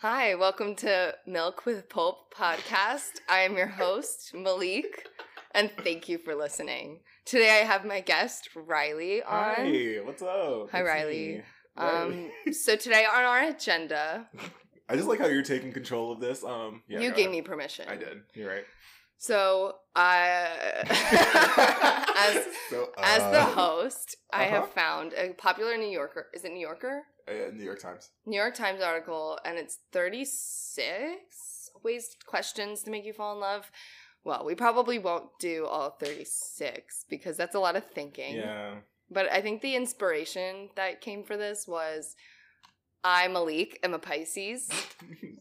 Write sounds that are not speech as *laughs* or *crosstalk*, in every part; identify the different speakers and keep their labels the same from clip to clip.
Speaker 1: Hi, welcome to Milk with Pulp podcast. I am your host, Malik, and thank you for listening. Today I have my guest, Riley, on.
Speaker 2: Hi, what's up?
Speaker 1: Hi,
Speaker 2: It's
Speaker 1: Riley.
Speaker 2: me, Riley.
Speaker 1: Um, so today on our agenda,
Speaker 2: I just like how you're taking control of this. Um, yeah,
Speaker 1: you
Speaker 2: go
Speaker 1: gave
Speaker 2: ahead.
Speaker 1: me permission.
Speaker 2: I did. You're right.
Speaker 1: So, I, *laughs* as
Speaker 2: *laughs* so, uh,
Speaker 1: as the host, I have
Speaker 2: Uh-huh.
Speaker 1: found a popular New Yorker. Is it New Yorker?
Speaker 2: uh, New York Times.
Speaker 1: New York Times article, and it's 36 ways questions to make you fall in love. Well, we probably won't do all 36 because that's a lot of thinking.
Speaker 2: Yeah. *laughs*
Speaker 1: But I think the inspiration that came for this was I, Malik, am a
Speaker 2: *laughs*
Speaker 1: Pisces,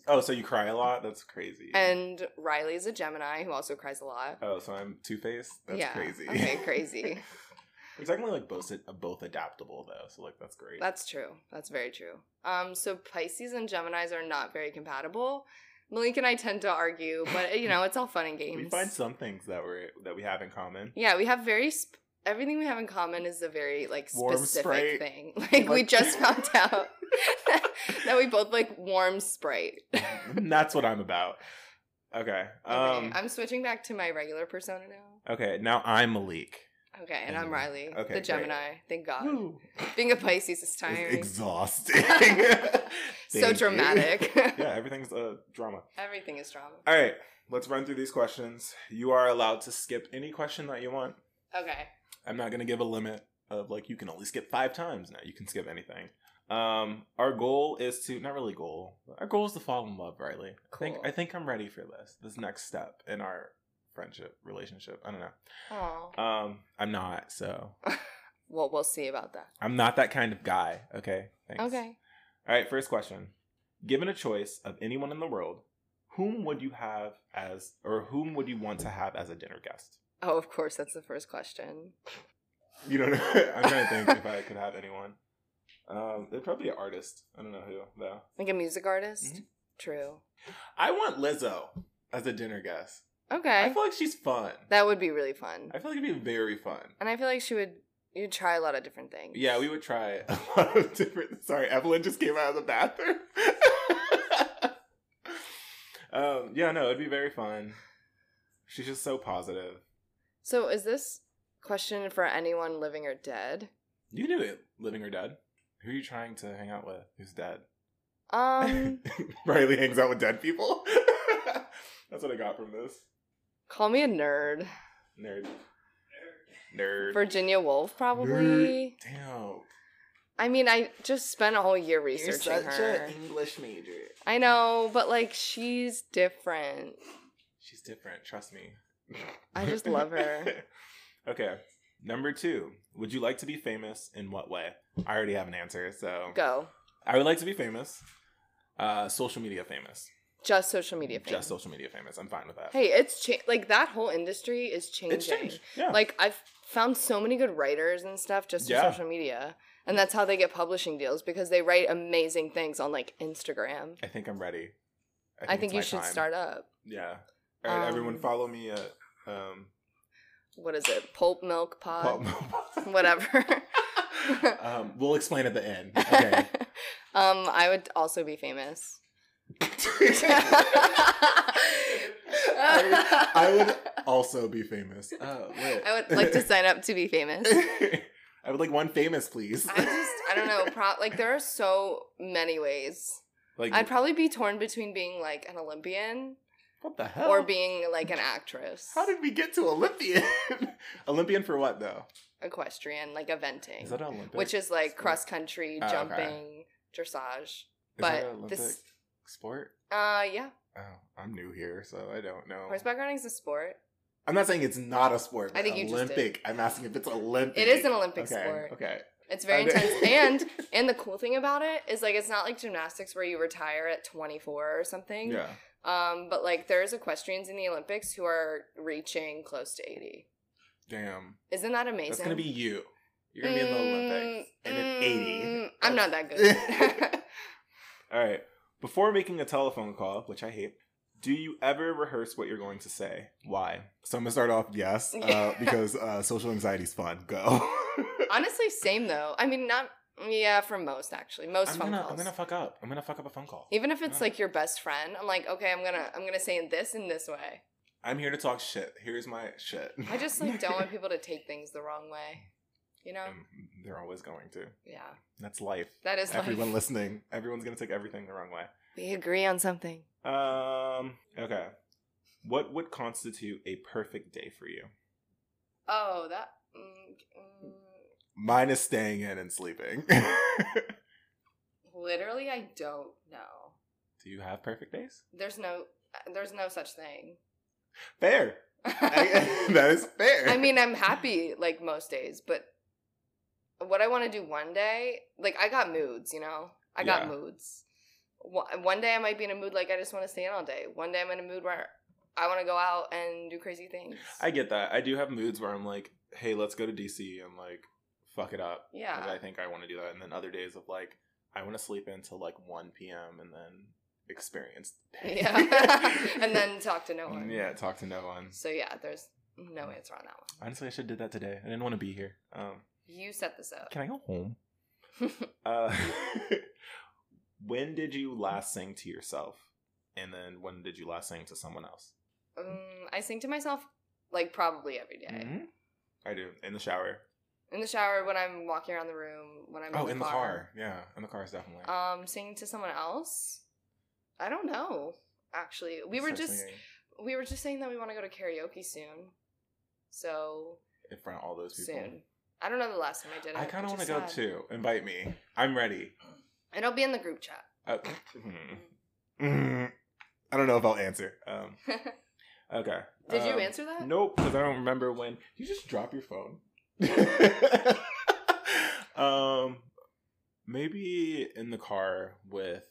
Speaker 2: oh, so you cry a lot? That's crazy.
Speaker 1: and Riley's a Gemini who also cries a lot.
Speaker 2: oh, so I'm Two Faced. That's
Speaker 1: Yeah,
Speaker 2: crazy. *laughs*
Speaker 1: okay, crazy.
Speaker 2: We're technically like both uh, both adaptable though, so like that's great.
Speaker 1: That's true. That's very true. Um, so Pisces and Geminis are not very compatible. Malik and I tend to argue, but you know, it's all fun and games.
Speaker 2: we find some things that we're that we have
Speaker 1: *laughs*
Speaker 2: in common.
Speaker 1: Yeah, we have very sp- everything we have in common is a very like
Speaker 2: Warm
Speaker 1: specific
Speaker 2: Sprite. *laughs*
Speaker 1: thing. Like we
Speaker 2: Like-
Speaker 1: just found out *laughs* that we both like warm Sprite.
Speaker 2: *laughs* that's what I'm about. Okay.
Speaker 1: Okay,
Speaker 2: Um.
Speaker 1: I'm switching back to my regular persona now.
Speaker 2: okay. Now I'm Malik.
Speaker 1: Okay, and I'm
Speaker 2: Um,
Speaker 1: Riley,
Speaker 2: okay,
Speaker 1: the
Speaker 2: great.
Speaker 1: Gemini. Thank God.
Speaker 2: Woo.
Speaker 1: Being a Pisces is
Speaker 2: It's
Speaker 1: tiring.
Speaker 2: exhausting. *laughs* Thank
Speaker 1: *laughs* so
Speaker 2: you.
Speaker 1: dramatic.
Speaker 2: *laughs* yeah, everything's a drama.
Speaker 1: *laughs* Everything is drama.
Speaker 2: All right, let's run through these questions. You are allowed to skip any question that you want.
Speaker 1: Okay.
Speaker 2: I'm not going to give a limit of like you can only skip 5 times. No, you can skip anything. Um our goal is to not really goal. Our goal is to fall in love, Riley. I think
Speaker 1: Cool.
Speaker 2: I think I'm ready for this. This next step in our friendship, relationship. I don't know.
Speaker 1: Oh.
Speaker 2: Um I'm not, so
Speaker 1: Well, we'll see about that.
Speaker 2: I'm not that kind of guy, okay? Thanks.
Speaker 1: Okay.
Speaker 2: All right, first question. Given a choice of anyone in the world, whom would you have as, or whom would you want to have as a dinner guest?
Speaker 1: Oh, of course, that's the first question.
Speaker 2: You don't know. *laughs* I'm trying to think if I could have anyone. Um, they'd probably be an artist. I don't know who though.
Speaker 1: Like a music artist?
Speaker 2: Mhm.
Speaker 1: True.
Speaker 2: I want Lizzo as a dinner guest.
Speaker 1: Okay.
Speaker 2: I feel like she's fun.
Speaker 1: that would be really fun.
Speaker 2: I feel like it'd be very fun.
Speaker 1: And I feel like she would you'd try a lot of different things.
Speaker 2: Yeah, we would try a *laughs* lot of different. Sorry, Evelyn just came out of the bathroom. *laughs* um, yeah, no, it'd be very fun. She's just so positive.
Speaker 1: So is this question for anyone living or
Speaker 2: *laughs*
Speaker 1: dead?
Speaker 2: You can do it, living or dead. Who are you trying to hang out with? Who's dead?
Speaker 1: Um
Speaker 2: *laughs* Riley hangs out with dead people. *laughs* That's what I got from this.
Speaker 1: call me a nerd.
Speaker 2: Nerd. Nerd.
Speaker 1: Virginia Woolf probably.
Speaker 2: Nerd. Damn.
Speaker 1: I mean, I just spent a whole year researching her.
Speaker 2: English major.
Speaker 1: I know, but like she's different.
Speaker 2: She's different, trust *laughs* me.
Speaker 1: I just love her.
Speaker 2: *laughs* okay. Number two. Would you like to be famous in what way? I already have an answer, so
Speaker 1: Go.
Speaker 2: I would like to be famous. Uh social media famous.
Speaker 1: Just social media fame.
Speaker 2: Just social media famous. I'm fine with that.
Speaker 1: hey, it's cha- like that whole industry is changing.
Speaker 2: it's changed. Yeah.
Speaker 1: Like I've found so many good writers and stuff just through
Speaker 2: Yeah.
Speaker 1: social media. And that's how they get publishing deals because they write amazing things on like Instagram.
Speaker 2: I think I'm ready.
Speaker 1: I
Speaker 2: it's
Speaker 1: think you
Speaker 2: my
Speaker 1: should
Speaker 2: time.
Speaker 1: start up.
Speaker 2: Yeah. All right, everyone,
Speaker 1: Um,
Speaker 2: follow me at um.
Speaker 1: What is it? Pulp milk *laughs* pod.
Speaker 2: Pop-
Speaker 1: Whatever.
Speaker 2: *laughs* um, we'll explain at the *laughs* end. Okay.
Speaker 1: *laughs* um, I would also be famous. *laughs*
Speaker 2: I, would, I would also be famous. Oh, lit.
Speaker 1: I would like to sign up to be famous.
Speaker 2: *laughs* I would like one famous, please.
Speaker 1: I just I don't know, pro- like there are so many ways.
Speaker 2: *laughs* like,
Speaker 1: I'd probably be torn between being like an Olympian
Speaker 2: what the hell?
Speaker 1: or being like an actress.
Speaker 2: Oh. How did we get to Olympian? *laughs* Olympian for what though?
Speaker 1: equestrian, like eventing,
Speaker 2: Is that an Olympic?
Speaker 1: which is like
Speaker 2: sport?
Speaker 1: cross country,
Speaker 2: Oh, okay.
Speaker 1: jumping, dressage.
Speaker 2: Is that
Speaker 1: but
Speaker 2: an Olympic
Speaker 1: this-
Speaker 2: sport?
Speaker 1: Uh, yeah,
Speaker 2: Oh, I'm new here, so I don't know.
Speaker 1: horseback riding is a sport.
Speaker 2: I'm not saying it's not a sport.
Speaker 1: I
Speaker 2: But
Speaker 1: think you just did.
Speaker 2: Olympic. I'm asking if it's Olympic.
Speaker 1: It is an Olympic
Speaker 2: okay,
Speaker 1: sport.
Speaker 2: Okay. *laughs*
Speaker 1: It's very
Speaker 2: I did-
Speaker 1: intense, and and the cool thing about it is like it's not like gymnastics where you retire at 24 or something.
Speaker 2: *laughs* Yeah.
Speaker 1: Um, but like there's equestrians in the Olympics who are reaching close to 80.
Speaker 2: Damn.
Speaker 1: Isn't that amazing?
Speaker 2: That's gonna be you. You're gonna be in the Olympics
Speaker 1: Mm,
Speaker 2: and an eighty.
Speaker 1: mm, I'm not that
Speaker 2: *laughs*
Speaker 1: good. *laughs*
Speaker 2: All right. Before making a telephone call, which I hate, do you ever rehearse what you're going to say? Why? So I'm gonna start off
Speaker 1: *laughs*
Speaker 2: yes,
Speaker 1: Yeah.
Speaker 2: because uh, social anxiety is fun. Go. *laughs*
Speaker 1: Honestly, same though. I mean, not Yeah, for most actually, most
Speaker 2: I'm
Speaker 1: phone
Speaker 2: gonna,
Speaker 1: calls.
Speaker 2: I'm gonna fuck up. I'm gonna fuck up a phone call.
Speaker 1: Even if it's
Speaker 2: Yeah.
Speaker 1: like your best friend, I'm like, okay, I'm gonna I'm gonna say this in this way.
Speaker 2: I'm here to talk shit. Here's my shit.
Speaker 1: I just
Speaker 2: *laughs*
Speaker 1: like don't want people to take things the wrong way. You know?
Speaker 2: Um, They're always going to.
Speaker 1: Yeah.
Speaker 2: That's life.
Speaker 1: That is
Speaker 2: Everyone
Speaker 1: life.
Speaker 2: listening, everyone's gonna take everything the wrong way.
Speaker 1: We agree on something.
Speaker 2: Um. Okay. What would constitute a perfect day for you?
Speaker 1: Oh, that. Mm, mm,
Speaker 2: Mine is staying in and sleeping. *laughs*
Speaker 1: literally, I don't know.
Speaker 2: Do you have perfect days?
Speaker 1: There's no. There's no such thing.
Speaker 2: Fair.
Speaker 1: *laughs*
Speaker 2: I- *laughs* that is fair.
Speaker 1: I mean, I'm happy like most days, but what I want to do one day, like I got moods, you know, I got
Speaker 2: Yeah.
Speaker 1: moods. Wh- One day I might be in a mood like I just want to stay in all day. One day I'm in a mood where I want to go out and do crazy things.
Speaker 2: I get that. I do have moods where I'm like, hey, let's go to DC and like fuck it up. 'cause
Speaker 1: yeah,
Speaker 2: I think I want to do that. And then other days of like, I want to sleep until like 1 p.m. and then experience the day. *laughs*
Speaker 1: yeah, and then talk to no one.
Speaker 2: Yeah, talk to no one.
Speaker 1: So yeah, there's no answer on that one.
Speaker 2: Honestly, I should have did that today. I didn't want to be here. Um,
Speaker 1: You set this up. *laughs*
Speaker 2: can I go home? *laughs* Uh, when did you last sing to yourself? And then when did you last sing to someone else?
Speaker 1: um, I sing to myself like probably every day.
Speaker 2: Mhm. I do. In the shower.
Speaker 1: in the shower when I'm walking around the room when I'm
Speaker 2: oh, in the car. Yeah, in the car is definitely.
Speaker 1: um singing to someone else i don't know actually we were
Speaker 2: Start
Speaker 1: just
Speaker 2: singing
Speaker 1: we were just saying that we want to go to karaoke soon so
Speaker 2: in front of all those people.
Speaker 1: soon i don't know the last time i did it
Speaker 2: I kind of
Speaker 1: which
Speaker 2: want to
Speaker 1: is
Speaker 2: go
Speaker 1: sad.
Speaker 2: too. Invite me. I'm ready.
Speaker 1: it'll be in the group chat *laughs*
Speaker 2: Uh, mm. Mm. I don't know if I'll answer. Um, okay.
Speaker 1: did you
Speaker 2: Um,
Speaker 1: answer that
Speaker 2: Nope, because I don't remember when. You just drop your
Speaker 1: *laughs*
Speaker 2: phone. um, maybe in the car with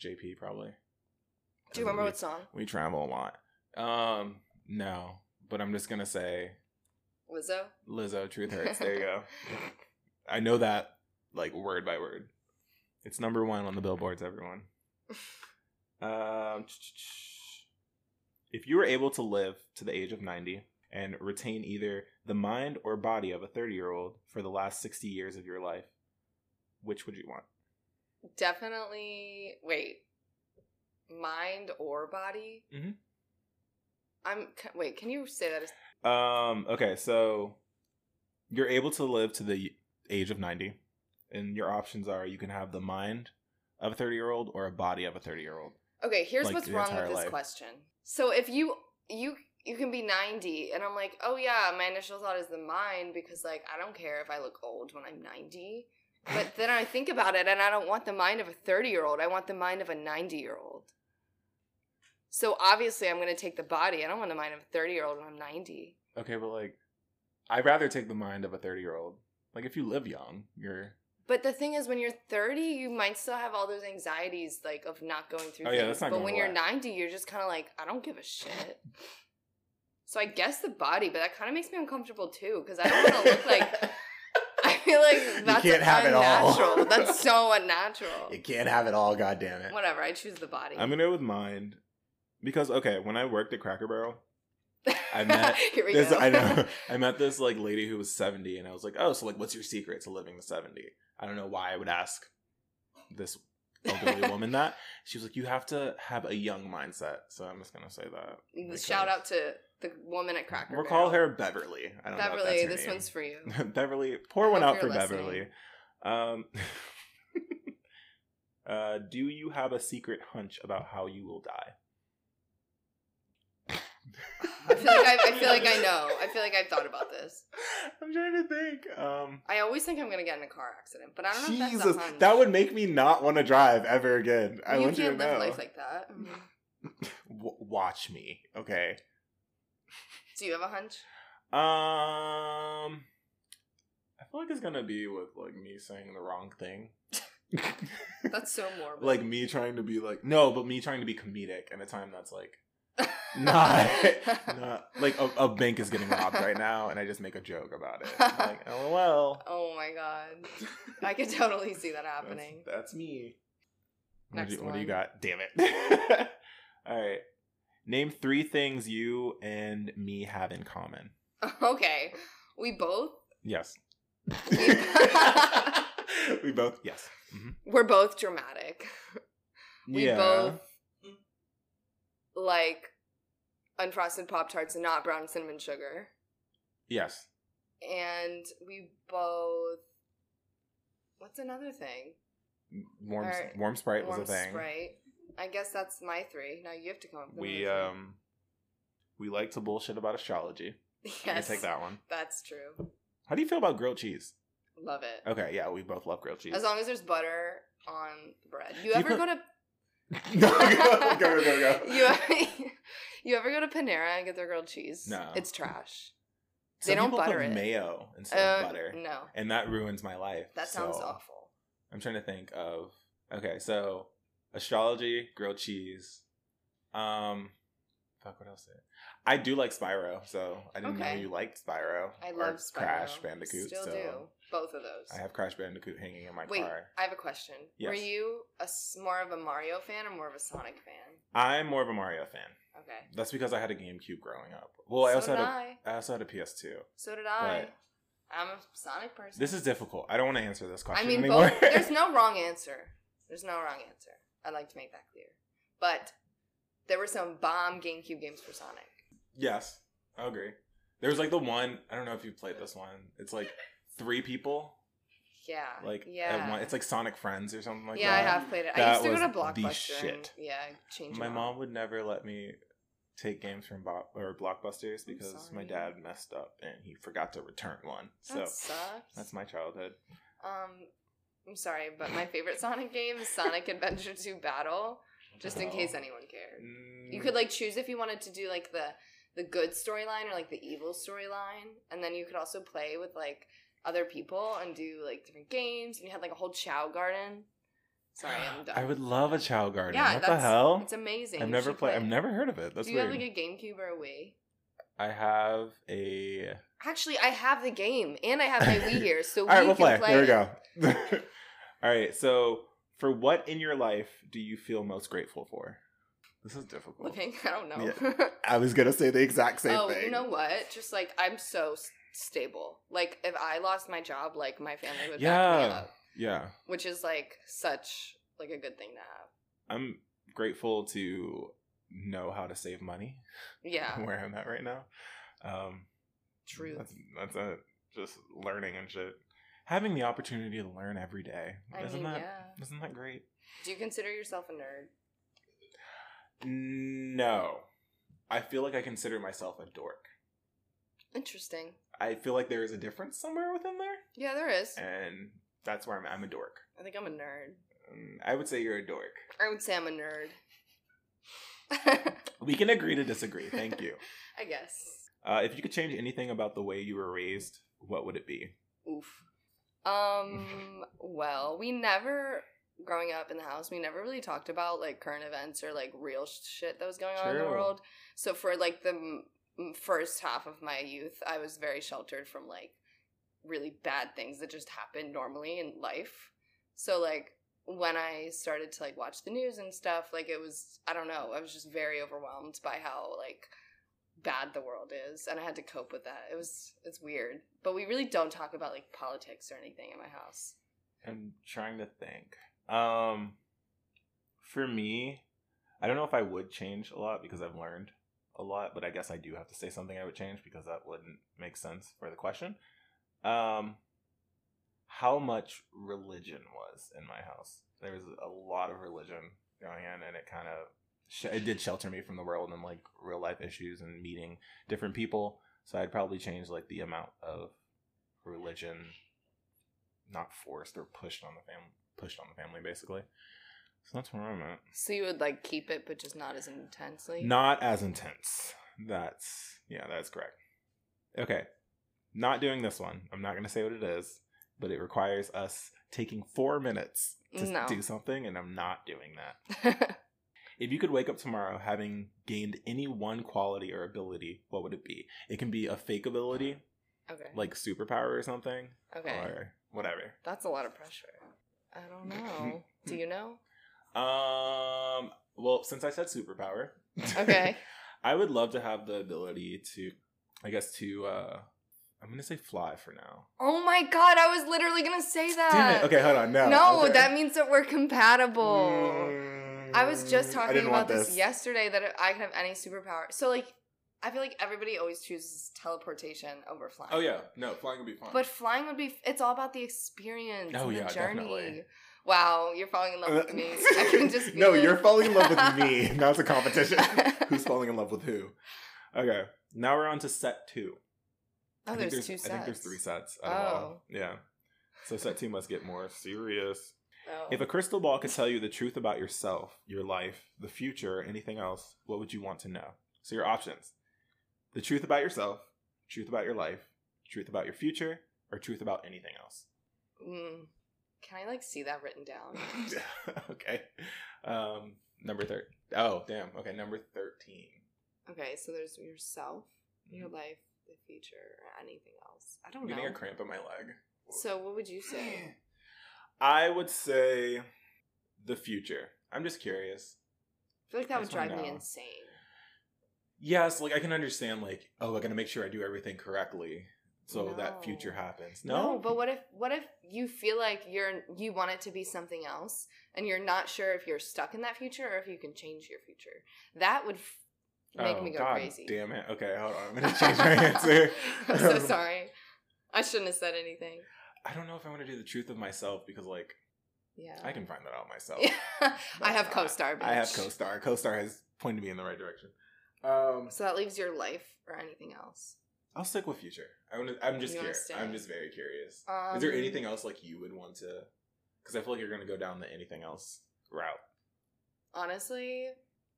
Speaker 2: JP. Probably.
Speaker 1: do you remember
Speaker 2: We-
Speaker 1: what song
Speaker 2: we travel a lot? Um, no, but I'm just gonna say
Speaker 1: lizzo
Speaker 2: Lizzo, Truth Hurts. There you go. I know that like word by word. It's number one on the billboards, everyone. Um, if you were able to live to the age of 90 and retain either the mind or body of a 30 year old for the last 60 years of your life, which would you want?
Speaker 1: definitely wait mind or body
Speaker 2: Mhm.
Speaker 1: i'm c- wait can you say that as-
Speaker 2: Um, okay, so you're able to live to the age of 90, and your options are you can have the mind of a 30 year old or a body of a 30 year old.
Speaker 1: Okay, here's
Speaker 2: like,
Speaker 1: what's
Speaker 2: the
Speaker 1: wrong with
Speaker 2: entire
Speaker 1: this
Speaker 2: life.
Speaker 1: question. So if you you you can be 90 and I'm like, "Oh yeah, my initial thought is the mind because like I don't care if I look old when I'm 90." But then I think about it and I don't want the mind of a 30-year-old. I want the mind of a 90-year-old. So obviously I'm going to take the body. I don't want the mind of a 30-year-old when I'm 90.
Speaker 2: Okay, but like, I'd rather take the mind of a 30 year old. Like, if you live young, you're.
Speaker 1: But the thing is when you're 30, you might still have all those anxieties like of not going through
Speaker 2: Oh,
Speaker 1: things.
Speaker 2: yeah, that's not
Speaker 1: but when
Speaker 2: going away.
Speaker 1: you're 90, you're just kind of like, I don't give a shit. So I guess the body, but that kind of makes me uncomfortable too cuz I don't want to look like
Speaker 2: *laughs*
Speaker 1: *laughs* I feel like that's
Speaker 2: can't have it all.
Speaker 1: unnatural.
Speaker 2: *laughs*
Speaker 1: that's so unnatural.
Speaker 2: can't have it all, goddammit.
Speaker 1: Whatever, I choose the body.
Speaker 2: I'm gonna go with mind. Because, okay, when I worked at Cracker Barrel,
Speaker 1: *laughs*
Speaker 2: I met-
Speaker 1: Here we
Speaker 2: this,
Speaker 1: go.
Speaker 2: I
Speaker 1: *laughs*
Speaker 2: know. *laughs* I met this like lady who was 70, and I was like, "Oh, so like, what's your secret to living to 70?" I don't know why I would ask this
Speaker 1: *laughs*
Speaker 2: elderly woman that. She was like, "You have to have a young mindset." So I'm just gonna say that. because-
Speaker 1: Shout out to the woman at Cracker.
Speaker 2: We'll call
Speaker 1: Barrel.
Speaker 2: her Beverly. I don't know.
Speaker 1: Beverly,
Speaker 2: If that's her
Speaker 1: this
Speaker 2: name.
Speaker 1: one's for you.
Speaker 2: *laughs* Beverly. Pour
Speaker 1: I
Speaker 2: one
Speaker 1: hope
Speaker 2: out for
Speaker 1: you're
Speaker 2: Beverly.
Speaker 1: listening.
Speaker 2: Um, *laughs* uh, do you have a secret hunch about how you will die?
Speaker 1: I feel like I, I feel like I know. I feel like I've thought about this.
Speaker 2: *laughs* I'm trying to think. Um,
Speaker 1: I always think I'm gonna get in a car accident, but I don't know if
Speaker 2: Jesus,
Speaker 1: that's a hunch.
Speaker 2: that would make me not want to drive ever again. I
Speaker 1: you
Speaker 2: want you to
Speaker 1: can't live
Speaker 2: know.
Speaker 1: life like that.
Speaker 2: *laughs* W- watch me, okay?
Speaker 1: Do you have a hunch?
Speaker 2: Um, I feel like it's gonna be with like me saying the wrong
Speaker 1: *laughs*
Speaker 2: thing.
Speaker 1: That's so morbid.
Speaker 2: like me trying to be like no, but me trying to be comedic at a time that's like
Speaker 1: *laughs*
Speaker 2: not,
Speaker 1: not,
Speaker 2: not like a, a bank is getting robbed right now, and I just make a joke about it.
Speaker 1: *laughs*
Speaker 2: I'm like, lol.
Speaker 1: Oh my god, I could totally see that happening.
Speaker 2: That's, that's me. What do,
Speaker 1: Next
Speaker 2: you, what do you
Speaker 1: one.
Speaker 2: got? Damn it. *laughs* All right. Name three things you and me have
Speaker 1: *laughs*
Speaker 2: in common.
Speaker 1: Okay, we both.
Speaker 2: Yes.
Speaker 1: We,
Speaker 2: *laughs* we both yes. Mhm.
Speaker 1: We're both dramatic. We both like unfrosted Pop Tarts and not brown cinnamon sugar.
Speaker 2: Yes.
Speaker 1: And we both. What's another thing?
Speaker 2: Warm
Speaker 1: Or-
Speaker 2: warm sprite
Speaker 1: Warm
Speaker 2: was a thing.
Speaker 1: Sprite. I guess that's my three. Now you have to come up with
Speaker 2: We
Speaker 1: another thing.
Speaker 2: um we like to bullshit about astrology. I
Speaker 1: *laughs* Yes.
Speaker 2: take that one.
Speaker 1: That's true.
Speaker 2: How do you feel about grilled cheese?
Speaker 1: Love it.
Speaker 2: Okay, yeah, we both love grilled cheese. *laughs*
Speaker 1: As long as there's butter on the bread. You
Speaker 2: You
Speaker 1: ever
Speaker 2: put- *laughs*
Speaker 1: go to
Speaker 2: no, go, go, go,
Speaker 1: *laughs*
Speaker 2: go.
Speaker 1: you you ever go to Panera and get their grilled cheese?
Speaker 2: No.
Speaker 1: it's trash.
Speaker 2: Some
Speaker 1: they don't
Speaker 2: people
Speaker 1: butter
Speaker 2: put
Speaker 1: it.
Speaker 2: mayo instead of
Speaker 1: Uh,
Speaker 2: butter,
Speaker 1: No,
Speaker 2: and that ruins my life.
Speaker 1: that sounds
Speaker 2: so
Speaker 1: awful.
Speaker 2: I'm trying to think of okay, so astrology, grilled cheese, um, fuck, what else? Did I, I do like Spyro, so I didn't
Speaker 1: Okay.
Speaker 2: know you liked Spyro.
Speaker 1: I
Speaker 2: or
Speaker 1: love Spyro.
Speaker 2: Crash Bandicoot.
Speaker 1: Still
Speaker 2: so
Speaker 1: do both of those.
Speaker 2: I have Crash Bandicoot hanging in my
Speaker 1: Wait,
Speaker 2: car.
Speaker 1: I have a question. Were
Speaker 2: Yes.
Speaker 1: you a s- more of a Mario fan or more of a Sonic fan?
Speaker 2: I'm more of a Mario fan.
Speaker 1: Okay.
Speaker 2: That's because I had a GameCube growing up. Well, I
Speaker 1: so
Speaker 2: also
Speaker 1: did
Speaker 2: had a,
Speaker 1: I.
Speaker 2: I also had a PS2.
Speaker 1: So did I.
Speaker 2: But-
Speaker 1: I'm a Sonic person.
Speaker 2: This is difficult. I don't want to answer this
Speaker 1: I
Speaker 2: question
Speaker 1: mean,
Speaker 2: anymore.
Speaker 1: both. There's no wrong answer. There's no wrong answer. I'd like to make that clear. But there were some bomb GameCube games for Sonic.
Speaker 2: *laughs* yes, I agree. There was like the one. I don't know if you played this one. It's like three people.
Speaker 1: Yeah.
Speaker 2: Like
Speaker 1: yeah.
Speaker 2: at one, it's like Sonic Friends or something like
Speaker 1: yeah,
Speaker 2: that.
Speaker 1: I have played it. I
Speaker 2: That
Speaker 1: used to go to
Speaker 2: was the
Speaker 1: Blockbuster. And,
Speaker 2: shit.
Speaker 1: yeah, change.
Speaker 2: My
Speaker 1: them
Speaker 2: mom
Speaker 1: out.
Speaker 2: would never let me take games from Bo- or Blockbusters because
Speaker 1: sorry.
Speaker 2: my dad messed up and he forgot to return one. So
Speaker 1: That sucks.
Speaker 2: that's my childhood.
Speaker 1: Um, I'm sorry, but my favorite Sonic game is
Speaker 2: *laughs*
Speaker 1: Sonic Adventure 2 Battle. Just in
Speaker 2: Oh.
Speaker 1: case anyone cared, you
Speaker 2: Mm,
Speaker 1: could like choose if you wanted to do like the the good storyline or like the evil storyline, and then you could also play with like other people and do like different games. And you had like a whole Chow Garden. Sorry, I'm done.
Speaker 2: *gasps* I would love a Chow Garden.
Speaker 1: Yeah,
Speaker 2: what the
Speaker 1: that's-
Speaker 2: hell?
Speaker 1: It's amazing.
Speaker 2: I've
Speaker 1: You
Speaker 2: never
Speaker 1: should
Speaker 2: played.
Speaker 1: play
Speaker 2: I've
Speaker 1: it.
Speaker 2: never heard of it. That's
Speaker 1: do you
Speaker 2: weird.
Speaker 1: have like a GameCube or a Wii?
Speaker 2: I have a.
Speaker 1: Actually, I have the game and I have my Wii
Speaker 2: *laughs*
Speaker 1: here, so
Speaker 2: All
Speaker 1: we
Speaker 2: right, we'll
Speaker 1: can
Speaker 2: play.
Speaker 1: play.
Speaker 2: There we
Speaker 1: it.
Speaker 2: go.
Speaker 1: *laughs*
Speaker 2: *laughs* All right. So, for what in your life do you feel most grateful for? This is difficult.
Speaker 1: Living, *laughs* I don't know.
Speaker 2: I was gonna say the exact
Speaker 1: oh, you know what? Just like I'm so s- stable. Like if I lost my job, like my family would back me
Speaker 2: Yeah.
Speaker 1: up,
Speaker 2: Yeah,
Speaker 1: which is like such like a good thing to have.
Speaker 2: I'm grateful to know how to save money *laughs*
Speaker 1: Yeah,
Speaker 2: where I'm at right now. Um,
Speaker 1: Ah. true.
Speaker 2: That's that's it. Just learning and shit. Having the opportunity to learn every day.
Speaker 1: I
Speaker 2: isn't
Speaker 1: mean,
Speaker 2: that
Speaker 1: yeah.
Speaker 2: isn't that great?
Speaker 1: Do you consider yourself a nerd?
Speaker 2: No, I feel like I consider myself a dork.
Speaker 1: Interesting.
Speaker 2: I feel like there is a difference somewhere within there,
Speaker 1: Yeah, there is.
Speaker 2: and that's where I'm. I'm a dork.
Speaker 1: I think I'm a nerd.
Speaker 2: Um, I would say you're a dork.
Speaker 1: I would say I'm a nerd. *laughs*
Speaker 2: We can agree to disagree. Thank you.
Speaker 1: I guess.
Speaker 2: Uh, if you could change anything about the way you were raised, what would it be?
Speaker 1: Oof. Um. well, we never growing up in the house, we never really talked about like current events or like real sh- shit that was going on in the
Speaker 2: True.
Speaker 1: world. So for like the m- m- first half of my youth, I was very sheltered from like really bad things that just happen normally in life. So like when I started to like watch the news and stuff, like it was I don't know, I was just very overwhelmed by how like bad the world is and I had to cope with that. It was it's weird. But we really don't talk about like politics or anything in my house.
Speaker 2: I'm trying to think. Um, for me, I don't know if I would change a lot because I've learned a lot, but I guess I do have to say something I would change because that wouldn't make sense for the question. Um, how much religion was in my house? There was a lot of religion going in, and it kind of sh- it did shelter me from the world and like real life issues and meeting different people. So I'd probably change like the amount of religion not forced or pushed on the family pushed on the family basically so that's where i'm at
Speaker 1: So you would like keep it but just not as intensely? *laughs*
Speaker 2: not as intense that's yeah that's correct okay not doing this one i'm not going to say what it is but it requires us taking four minutes to
Speaker 1: No.
Speaker 2: do something and i'm not doing that if you could wake up tomorrow having gained any one quality or ability what would it be it can be a fake ability
Speaker 1: okay.
Speaker 2: like superpower or something
Speaker 1: Okay.
Speaker 2: or whatever
Speaker 1: That's a lot of pressure. I
Speaker 2: *laughs*
Speaker 1: don't know. Do you know?
Speaker 2: Um. Well, since I said superpower,
Speaker 1: Okay.
Speaker 2: *laughs* I would love to have the ability to, I guess, to uh, I'm gonna say fly for now.
Speaker 1: Oh my god, I was literally gonna say that.
Speaker 2: Damn it. Okay, hold on. No.
Speaker 1: No,
Speaker 2: okay.
Speaker 1: that means that we're compatible. I was just
Speaker 2: Mm, I
Speaker 1: talking
Speaker 2: didn't
Speaker 1: about
Speaker 2: want
Speaker 1: this. yesterday that if I can have any superpower. So like, I feel like everybody always chooses teleportation over flying.
Speaker 2: Oh yeah, no, flying would be fun.
Speaker 1: But flying would be. It's all about the experience.
Speaker 2: Oh,
Speaker 1: and
Speaker 2: yeah,
Speaker 1: the journey.
Speaker 2: definitely. Uh,
Speaker 1: Wow, you're falling in love with
Speaker 2: *laughs*
Speaker 1: me. I can just. feel Oh,
Speaker 2: no,
Speaker 1: it.
Speaker 2: you're falling in love with
Speaker 1: *laughs*
Speaker 2: me. Now it's a competition. Who's falling in love with who? Okay, now we're on to set two.
Speaker 1: Oh,
Speaker 2: I think
Speaker 1: there's, two sets.
Speaker 2: I think there's three sets. Out of all.
Speaker 1: Oh.
Speaker 2: Yeah. So set two must get more serious.
Speaker 1: Oh.
Speaker 2: If a crystal ball could tell you the truth about yourself, your life, the future, anything else, what would you want to know? So your options: the truth about yourself, truth about your life, truth about your future, or truth about anything else. *laughs*
Speaker 1: Mm. Can I like see that written down?
Speaker 2: okay. Um, number third. Oh, damn. Okay, number thirteen.
Speaker 1: Okay, so there's yourself, your
Speaker 2: Mm-hmm.
Speaker 1: life, the future, or anything else. I
Speaker 2: I'm
Speaker 1: don't
Speaker 2: getting a
Speaker 1: know.
Speaker 2: cramp in my leg.
Speaker 1: So what would you say?
Speaker 2: I would say the future. I'm just curious.
Speaker 1: I feel like that
Speaker 2: I
Speaker 1: would
Speaker 2: just wanna
Speaker 1: drive me
Speaker 2: know.
Speaker 1: insane.
Speaker 2: Yes, like I can understand. Like, oh, I gotta make sure I do everything correctly so that
Speaker 1: No.
Speaker 2: future happens. No,
Speaker 1: but what if what if you feel like you're you want it to be something else and you're not sure if you're stuck in that future or if you can change your future? That would f- make
Speaker 2: Oh,
Speaker 1: me go
Speaker 2: God
Speaker 1: crazy.
Speaker 2: Damn it. Okay, hold on. I'm gonna change my
Speaker 1: *laughs*
Speaker 2: answer.
Speaker 1: I'm so
Speaker 2: *laughs* Um,
Speaker 1: sorry. I shouldn't have said anything.
Speaker 2: I don't know if I want to do the truth of myself because, like,
Speaker 1: Yeah. *laughs*
Speaker 2: I can find that out myself.
Speaker 1: I have
Speaker 2: That's not-
Speaker 1: co-star. Bitch.
Speaker 2: I have co-star. Co-star has pointed me in the right direction. Um,
Speaker 1: So that leaves your life or anything else.
Speaker 2: I'll stick with future. I wanna, I'm just
Speaker 1: You wanna
Speaker 2: curious.
Speaker 1: stay?
Speaker 2: I'm just very curious. Is there
Speaker 1: Um,
Speaker 2: anything else like you would want to? Because I feel like you're gonna go down the anything else route.
Speaker 1: Honestly,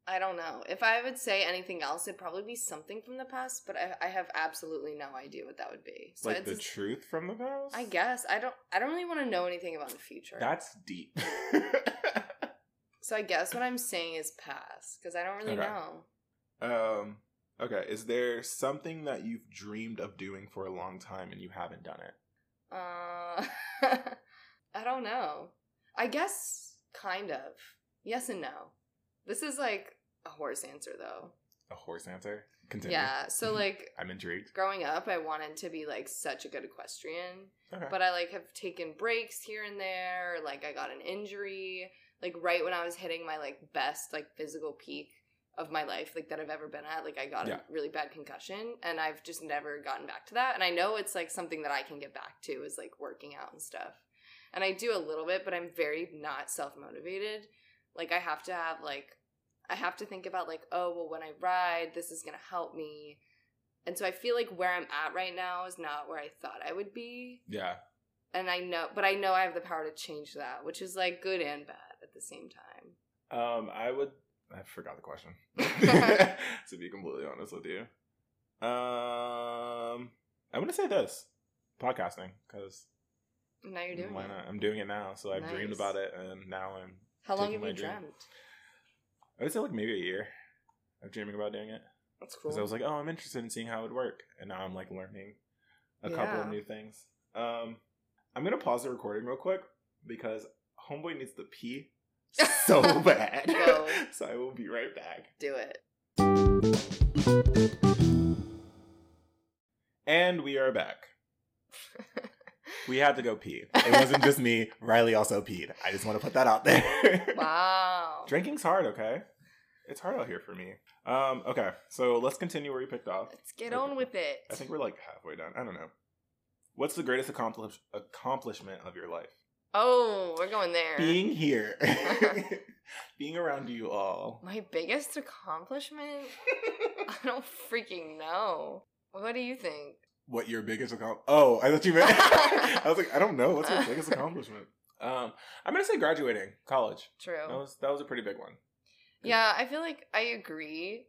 Speaker 1: I don't know. If I would say anything else, it'd probably be something from the past, but I, I have absolutely no idea what that would be. So
Speaker 2: like
Speaker 1: it's,
Speaker 2: the truth from the past.
Speaker 1: I guess I don't. I don't really want to know anything about the future.
Speaker 2: that's deep. *laughs*
Speaker 1: so I guess what I'm saying is past because I don't really
Speaker 2: Okay.
Speaker 1: know.
Speaker 2: um. Okay. Is there something that you've dreamed of doing for a long time and you haven't done it?
Speaker 1: Uh, *laughs* I don't know. I guess kind of. Yes and no. This is like a horse answer though.
Speaker 2: A horse answer. Continue.
Speaker 1: Yeah. So like
Speaker 2: I'm intrigued.
Speaker 1: growing up, I wanted to be like such a good equestrian.
Speaker 2: Okay.
Speaker 1: but I like have taken breaks here and there. Like I got an injury, like right when I was hitting my like best like physical peak of my life, like that I've ever been at. Like I got
Speaker 2: Yeah.
Speaker 1: a really bad concussion, and I've just never gotten back to that. And I know it's like something that I can get back to is like working out and stuff. And I do a little bit, but I'm very not self motivated. Like I have to have like I have to think about like oh well when I ride this is gonna help me. And so I feel like where I'm at right now is not where I thought I would be
Speaker 2: yeah.
Speaker 1: and I know, but I know I have the power to change that, which is like good and bad at the same time.
Speaker 2: Um, I would. I forgot
Speaker 1: *laughs*
Speaker 2: the question. *laughs* to be completely honest with you, um, I'm gonna say this podcasting because
Speaker 1: And now you're doing
Speaker 2: why
Speaker 1: it.
Speaker 2: not? I'm doing it now, so I've dreamed
Speaker 1: Nice.
Speaker 2: about it, and now I'm.
Speaker 1: How long
Speaker 2: Taking
Speaker 1: have you
Speaker 2: my dream.
Speaker 1: dreamt?
Speaker 2: I would say like maybe a year. of dreaming about doing it
Speaker 1: That's cool.
Speaker 2: because I was like, oh, I'm interested in seeing how it would work, and now I'm like learning a couple of
Speaker 1: Yeah.
Speaker 2: new things. Um, I'm gonna pause the recording real quick because homeboy needs to pee
Speaker 1: *laughs*
Speaker 2: so bad, *laughs*
Speaker 1: Go.
Speaker 2: so I will be right back.
Speaker 1: Do it.
Speaker 2: *laughs* And we are back.
Speaker 1: *laughs*
Speaker 2: We had to go pee. It wasn't just me. Riley also peed. I just want to put that out there.
Speaker 1: Wow.
Speaker 2: *laughs* Drinking's hard, okay? It's hard out here for me. Um, okay, so let's continue where you picked off.
Speaker 1: Let's get on with it.
Speaker 2: I think we're like halfway done. I don't know. What's the greatest accomplish- accomplishment of your life?
Speaker 1: oh, we're going there. *laughs*
Speaker 2: Being here, *laughs* being around you all.
Speaker 1: My biggest accomplishment? *laughs* I don't freaking know. What do you think?
Speaker 2: What your biggest accomplishment? Oh, I thought
Speaker 1: *laughs*
Speaker 2: you meant. *laughs* I was like, I don't know. What's my biggest accomplishment? Um, I'm gonna say graduating college.
Speaker 1: True.
Speaker 2: That was that was a pretty big one.
Speaker 1: Yeah, I feel like I agree,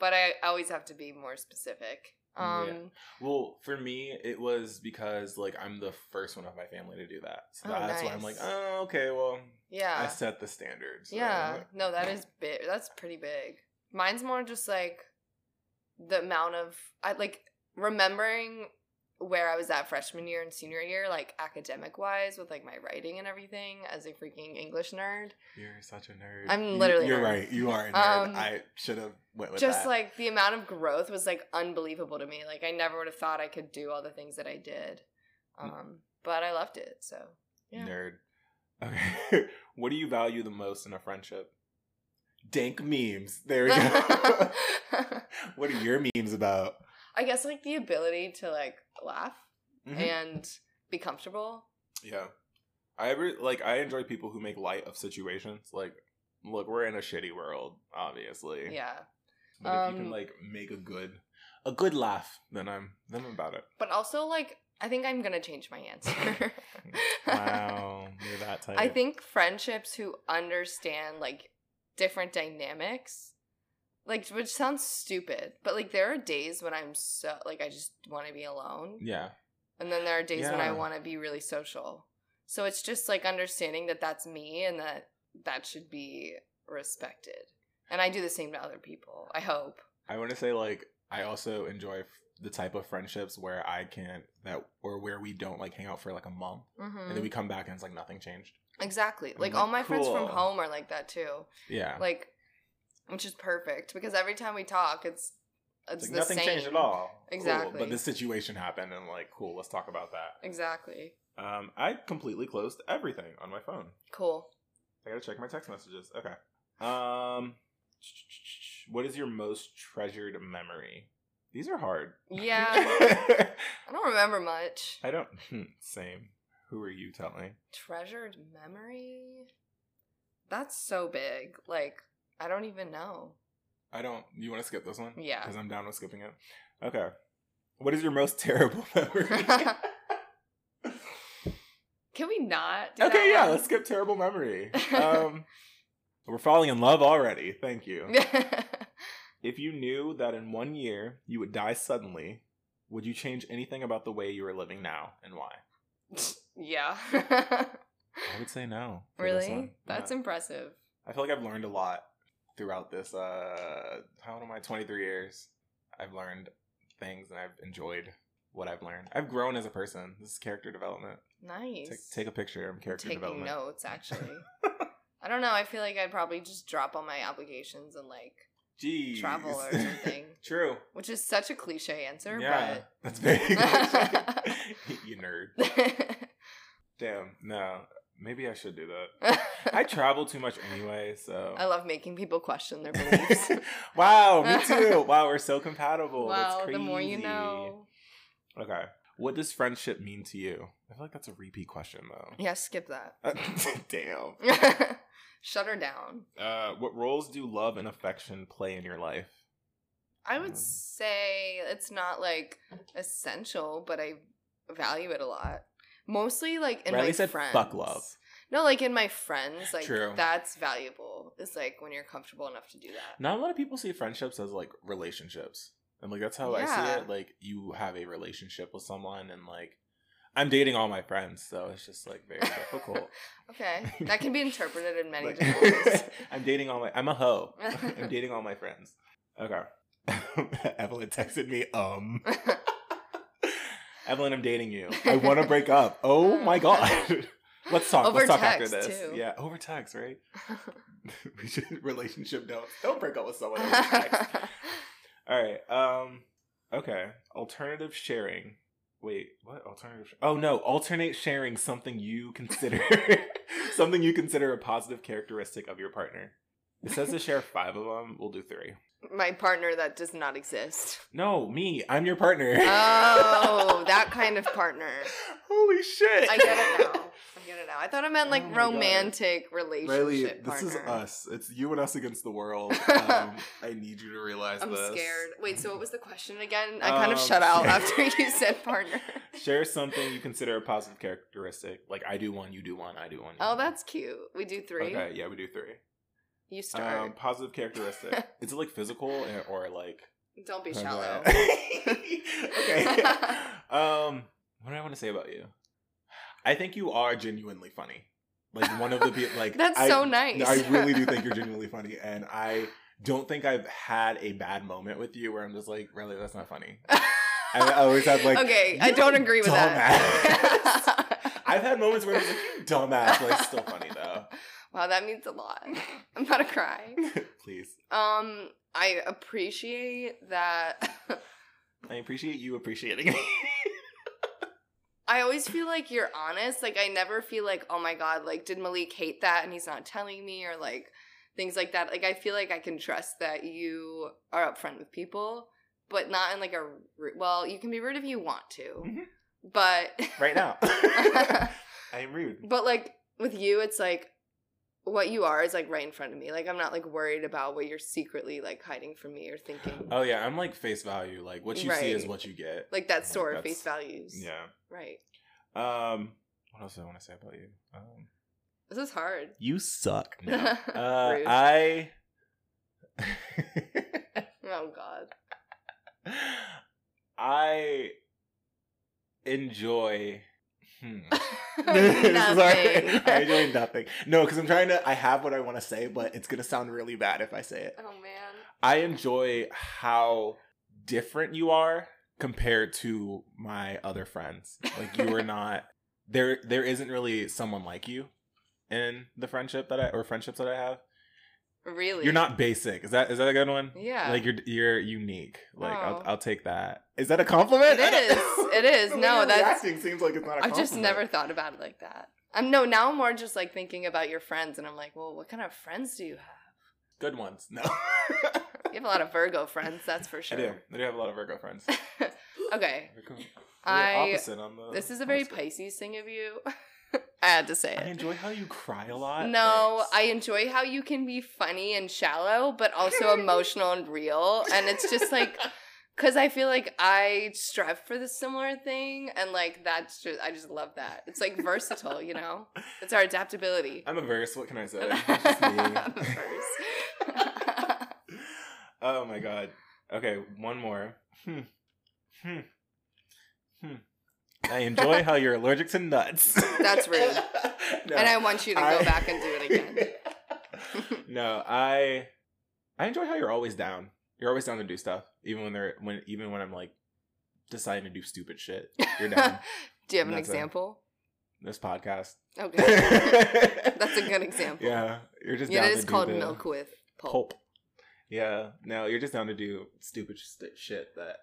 Speaker 1: but I always have to be more specific. Um,
Speaker 2: Yeah. Well, for me, it was because like I'm the first one of my family to do that, so
Speaker 1: Oh,
Speaker 2: that's why I'm like,
Speaker 1: nice.
Speaker 2: oh, okay, well,
Speaker 1: yeah.
Speaker 2: I set the standards.
Speaker 1: Yeah, no, that is big. That's pretty big. Mine's more just like the amount of I like remembering where I was at freshman year and senior year, like academic wise, with like my writing and everything as a freaking English nerd.
Speaker 2: You're such a nerd.
Speaker 1: I'm
Speaker 2: You-
Speaker 1: literally a
Speaker 2: You're
Speaker 1: nerd.
Speaker 2: right. You are a nerd.
Speaker 1: Um,
Speaker 2: I should have went with
Speaker 1: just
Speaker 2: that.
Speaker 1: like the amount of growth was like unbelievable to me. Like I never would have thought I could do all the things that I did.
Speaker 2: Mm.
Speaker 1: Um, but I loved it. So yeah.
Speaker 2: nerd. Okay. *laughs* what do you value the most in a friendship? Dank memes. There
Speaker 1: *laughs*
Speaker 2: we go. *laughs* what are your memes about?
Speaker 1: I guess like the ability to like laugh
Speaker 2: Mhm.
Speaker 1: and be comfortable.
Speaker 2: Yeah. I ever like I enjoy people who make light of situations. Like, look, we're in a shitty world, obviously.
Speaker 1: Yeah.
Speaker 2: But if you can
Speaker 1: Um,
Speaker 2: like make a good a good laugh, then I'm then I'm about it.
Speaker 1: But also like I think I'm gonna change my
Speaker 2: *laughs*
Speaker 1: answer.
Speaker 2: you're that
Speaker 1: *laughs*
Speaker 2: type.
Speaker 1: I think friendships who understand like different dynamics, like which sounds stupid, but like there are days when I'm so like I just want to be alone,
Speaker 2: Yeah.
Speaker 1: and then there are days when I
Speaker 2: Yeah.
Speaker 1: want to be really social. So it's just like understanding that that's me and that that should be respected. And I do the same to other people. I hope.
Speaker 2: I want to say like I also enjoy f- the type of friendships where I can that or where we don't like hang out for like a month and
Speaker 1: Mm.
Speaker 2: then we come back and it's like nothing changed.
Speaker 1: Exactly.
Speaker 2: I'm
Speaker 1: Like
Speaker 2: like,
Speaker 1: all my friends from
Speaker 2: "Cool."
Speaker 1: home are like that too.
Speaker 2: Yeah.
Speaker 1: Like, which is perfect because every time we talk, it's it's,
Speaker 2: It's like
Speaker 1: the
Speaker 2: nothing
Speaker 1: same.
Speaker 2: changed at all. Cool.
Speaker 1: Exactly.
Speaker 2: But this situation happened and like cool, let's talk about that.
Speaker 1: Exactly.
Speaker 2: Um I completely closed everything on my phone. *laughs*
Speaker 1: Cool.
Speaker 2: I gotta check my text messages. Okay. Um, what is your most treasured memory? These are hard.
Speaker 1: Yeah.
Speaker 2: *laughs* I
Speaker 1: I don't remember much.
Speaker 2: don't. hmm, Same. Who are you telling?
Speaker 1: Treasured memory? That's so big. Like, I don't even
Speaker 2: *laughs*
Speaker 1: know.
Speaker 2: I don't. You want to skip this one?
Speaker 1: Yeah.
Speaker 2: Because I'm down with skipping it. Okay. What is your most terrible
Speaker 1: *laughs*
Speaker 2: *laughs* memory?
Speaker 1: Can we not? do
Speaker 2: okay,
Speaker 1: that
Speaker 2: yeah.
Speaker 1: one?
Speaker 2: Let's skip
Speaker 1: *laughs*
Speaker 2: terrible memory. Um, we're falling in love already. Thank you.
Speaker 1: *laughs*
Speaker 2: If you knew that in one year you would die suddenly, would you change anything about the way you are living now
Speaker 1: *gasps*
Speaker 2: and why?
Speaker 1: yeah. *laughs*
Speaker 2: I would say no. for this
Speaker 1: really?
Speaker 2: one.
Speaker 1: That's
Speaker 2: Yeah.
Speaker 1: impressive.
Speaker 2: I feel like I've learned a lot throughout this. Uh, how old am I? Twenty three years. I've learned things and I've enjoyed what I've learned. I've grown as a person. This is character development.
Speaker 1: Nice.
Speaker 2: Take, take a picture. I'm character
Speaker 1: taking
Speaker 2: development.
Speaker 1: notes, actually.
Speaker 2: *laughs*
Speaker 1: I don't know. I feel like I'd probably just drop all my applications and like,
Speaker 2: Jeez.
Speaker 1: Travel
Speaker 2: *laughs*
Speaker 1: or something.
Speaker 2: True.
Speaker 1: which is such a cliche answer,
Speaker 2: yeah,
Speaker 1: but *laughs*
Speaker 2: that's very. good. *laughs* you nerd. Damn. No. Maybe I should do that. I travel too much anyway, so.
Speaker 1: I love making people question their beliefs.
Speaker 2: *laughs* wow, me
Speaker 1: *laughs*
Speaker 2: too. Wow, we're so compatible.
Speaker 1: wow,
Speaker 2: That's crazy.
Speaker 1: the more you know.
Speaker 2: Okay. What does friendship mean to you? I feel like that's a repeat question though. *laughs*
Speaker 1: Yeah, skip that. *laughs*
Speaker 2: Uh, Damn.
Speaker 1: Shut her down.
Speaker 2: Uh, what roles do love and affection play in your life?
Speaker 1: I would
Speaker 2: Mm.
Speaker 1: say it's not like essential, but I value it a lot. Mostly like in
Speaker 2: Riley
Speaker 1: my
Speaker 2: said,
Speaker 1: friends.
Speaker 2: "Fuck love."
Speaker 1: No, like in my friends, like
Speaker 2: True.
Speaker 1: that's valuable. It's like when you're comfortable enough to do that.
Speaker 2: Not a lot of people see friendships as like relationships, and like that's how I
Speaker 1: Yeah.
Speaker 2: see it. Like you have a relationship with someone, and like I'm dating all my friends, so it's just like very difficult.
Speaker 1: Okay,
Speaker 2: *laughs*
Speaker 1: that can be interpreted in many
Speaker 2: Like-
Speaker 1: different ways.
Speaker 2: *laughs* I'm dating all my. I'm
Speaker 1: *laughs*
Speaker 2: a hoe. I'm dating all my friends. Okay. *laughs* Evelyn texted me.
Speaker 1: *laughs*
Speaker 2: Um. Evelyn, I'm dating you. I want to
Speaker 1: *laughs*
Speaker 2: break up. Oh my god. Let's talk.
Speaker 1: Over
Speaker 2: Let's talk after
Speaker 1: text,
Speaker 2: this.
Speaker 1: too.
Speaker 2: Yeah, over
Speaker 1: *laughs*
Speaker 2: text, right? *laughs* we should relationship notes. Don't break up with
Speaker 1: *laughs*
Speaker 2: someone over text. All right. Um. Okay. Alternative sharing. Wait, what alternative? Sh- oh no, alternate sharing something you
Speaker 1: *laughs*
Speaker 2: consider *laughs* something you consider a positive characteristic of your partner. It says to share five of them. We'll do three.
Speaker 1: my partner that does not exist.
Speaker 2: No, me. I'm your partner. *laughs*
Speaker 1: Oh, that kind of partner.
Speaker 2: Holy shit!
Speaker 1: I get it now. I get it now. I thought I meant like
Speaker 2: Oh my God.
Speaker 1: romantic relationship.
Speaker 2: Riley, this is
Speaker 1: partner.
Speaker 2: us. It's you and us against
Speaker 1: *laughs*
Speaker 2: the world. Um, I need you to realize
Speaker 1: I'm
Speaker 2: this.
Speaker 1: scared. Wait, so what was the question again? I kind of
Speaker 2: Um,
Speaker 1: shut
Speaker 2: *laughs*
Speaker 1: out after you said partner.
Speaker 2: Share something you consider a positive characteristic. Like I do one, you do one, I do one. you
Speaker 1: Oh,
Speaker 2: do one.
Speaker 1: that's cute. We do three.
Speaker 2: okay. Yeah, we do three.
Speaker 1: You start.
Speaker 2: Um, positive characteristic.
Speaker 1: *laughs*
Speaker 2: Is it like physical and- or like?
Speaker 1: Don't be
Speaker 2: Okay.
Speaker 1: shallow.
Speaker 2: okay.
Speaker 1: *laughs*
Speaker 2: um, what do I want to say about you? I think you are genuinely funny. Like one of
Speaker 1: *laughs*
Speaker 2: the people. Like
Speaker 1: That's
Speaker 2: I-
Speaker 1: so nice.
Speaker 2: I really
Speaker 1: *laughs*
Speaker 2: do think you're genuinely funny, and I don't think I've had a bad moment with you where I'm just like, really, that's not funny. *laughs*
Speaker 1: *laughs*
Speaker 2: I always had like
Speaker 1: okay, I
Speaker 2: "You're
Speaker 1: don't
Speaker 2: a
Speaker 1: agree with *laughs* that.
Speaker 2: I've had moments where it's like "You dumbass, like still funny though.
Speaker 1: *laughs* wow, that means a lot. I'm not a cry.
Speaker 2: Please,
Speaker 1: Um, I appreciate that. *laughs*
Speaker 2: I appreciate you appreciating me.
Speaker 1: I always feel like you're honest. Like I never feel like, oh my god, like did Malik hate that and he's not telling me or like things like that. Like I feel like I can trust that you are upfront with people, but not in like a ru- well, you can be rude if you want to.
Speaker 2: Mhm.
Speaker 1: But
Speaker 2: right now. *laughs* I am rude.
Speaker 1: *laughs* But like with you, it's like what you are is like right in front of me. Like I'm not like worried about what you're secretly like hiding from me or thinking.
Speaker 2: Oh yeah, I'm like face value. Like what you see is
Speaker 1: Right.
Speaker 2: what you get.
Speaker 1: like that store
Speaker 2: That's-
Speaker 1: face values.
Speaker 2: Yeah.
Speaker 1: Right.
Speaker 2: Um. What else do I want to say about you? Um,
Speaker 1: This is hard.
Speaker 2: you suck. No. Uh,
Speaker 1: Rude.
Speaker 2: I.
Speaker 1: oh god.
Speaker 2: *laughs* I enjoy. Hmm.
Speaker 1: *laughs*
Speaker 2: *laughs*
Speaker 1: Nothing.
Speaker 2: I enjoy nothing. No, because I'm trying to. I have what I want to say, but it's gonna sound really bad if I say it.
Speaker 1: Oh man.
Speaker 2: I enjoy how different you are compared to my other friends. Like
Speaker 1: *laughs*
Speaker 2: you are not there there isn't really someone like you in the friendship that I or friendships that I have.
Speaker 1: Really?
Speaker 2: You're not basic. Is that is that a good one?
Speaker 1: Yeah.
Speaker 2: Like you're you're unique. Like
Speaker 1: Oh.
Speaker 2: I'll, I'll take that. Is that a compliment?
Speaker 1: It
Speaker 2: I don't *laughs*
Speaker 1: is.
Speaker 2: know.
Speaker 1: It is.
Speaker 2: The way
Speaker 1: No,
Speaker 2: you're
Speaker 1: that's-
Speaker 2: reacting seems like it's not a
Speaker 1: I've
Speaker 2: compliment.
Speaker 1: just never thought about it like that. Um, no, now I'm more just like thinking about your friends, and I'm like, well, what kind of friends do you have?
Speaker 2: good ones. No. *laughs*
Speaker 1: You have a lot of Virgo friends, that's for sure.
Speaker 2: I do. I do have a lot of Virgo friends.
Speaker 1: *laughs* okay,
Speaker 2: Virgo. We're
Speaker 1: I-
Speaker 2: opposite on the
Speaker 1: This is a very
Speaker 2: horoscope.
Speaker 1: Pisces thing of you. *laughs* I had to say
Speaker 2: I
Speaker 1: it.
Speaker 2: enjoy how you cry a lot.
Speaker 1: No,
Speaker 2: Uh, Thanks.
Speaker 1: I enjoy how you can be funny and shallow,
Speaker 2: *laughs*
Speaker 1: but also emotional and real. And it's just like, because I feel like I strive for the similar thing. And like, that's just, I just love that. It's like versatile, you know? It's our adaptability. *laughs*
Speaker 2: I'm a verse. What can I say? It's just
Speaker 1: I'm
Speaker 2: me. *laughs*
Speaker 1: first.
Speaker 2: oh my god. Okay, one more. Hmm. Hmm. Hmm. I enjoy how you're allergic to nuts.
Speaker 1: *laughs* That's rude.
Speaker 2: *laughs* No,
Speaker 1: And I want you to go back and do it again.
Speaker 2: again. *laughs* no, I I enjoy how you're always down. You're always down to do stuff, even when they're when even when I'm like deciding to do stupid shit. *laughs*
Speaker 1: *laughs*
Speaker 2: You're down.
Speaker 1: Do you have an
Speaker 2: That's a- *laughs*
Speaker 1: example?
Speaker 2: this podcast.
Speaker 1: Okay.
Speaker 2: That's
Speaker 1: That's a
Speaker 2: *laughs*
Speaker 1: good example.
Speaker 2: Yeah, you're just.
Speaker 1: Yeah,
Speaker 2: down
Speaker 1: it
Speaker 2: to
Speaker 1: is
Speaker 2: do
Speaker 1: called
Speaker 2: the-
Speaker 1: Milk with Pulp.
Speaker 2: pulp. Yeah, no, you're just down to do stupid st- shit that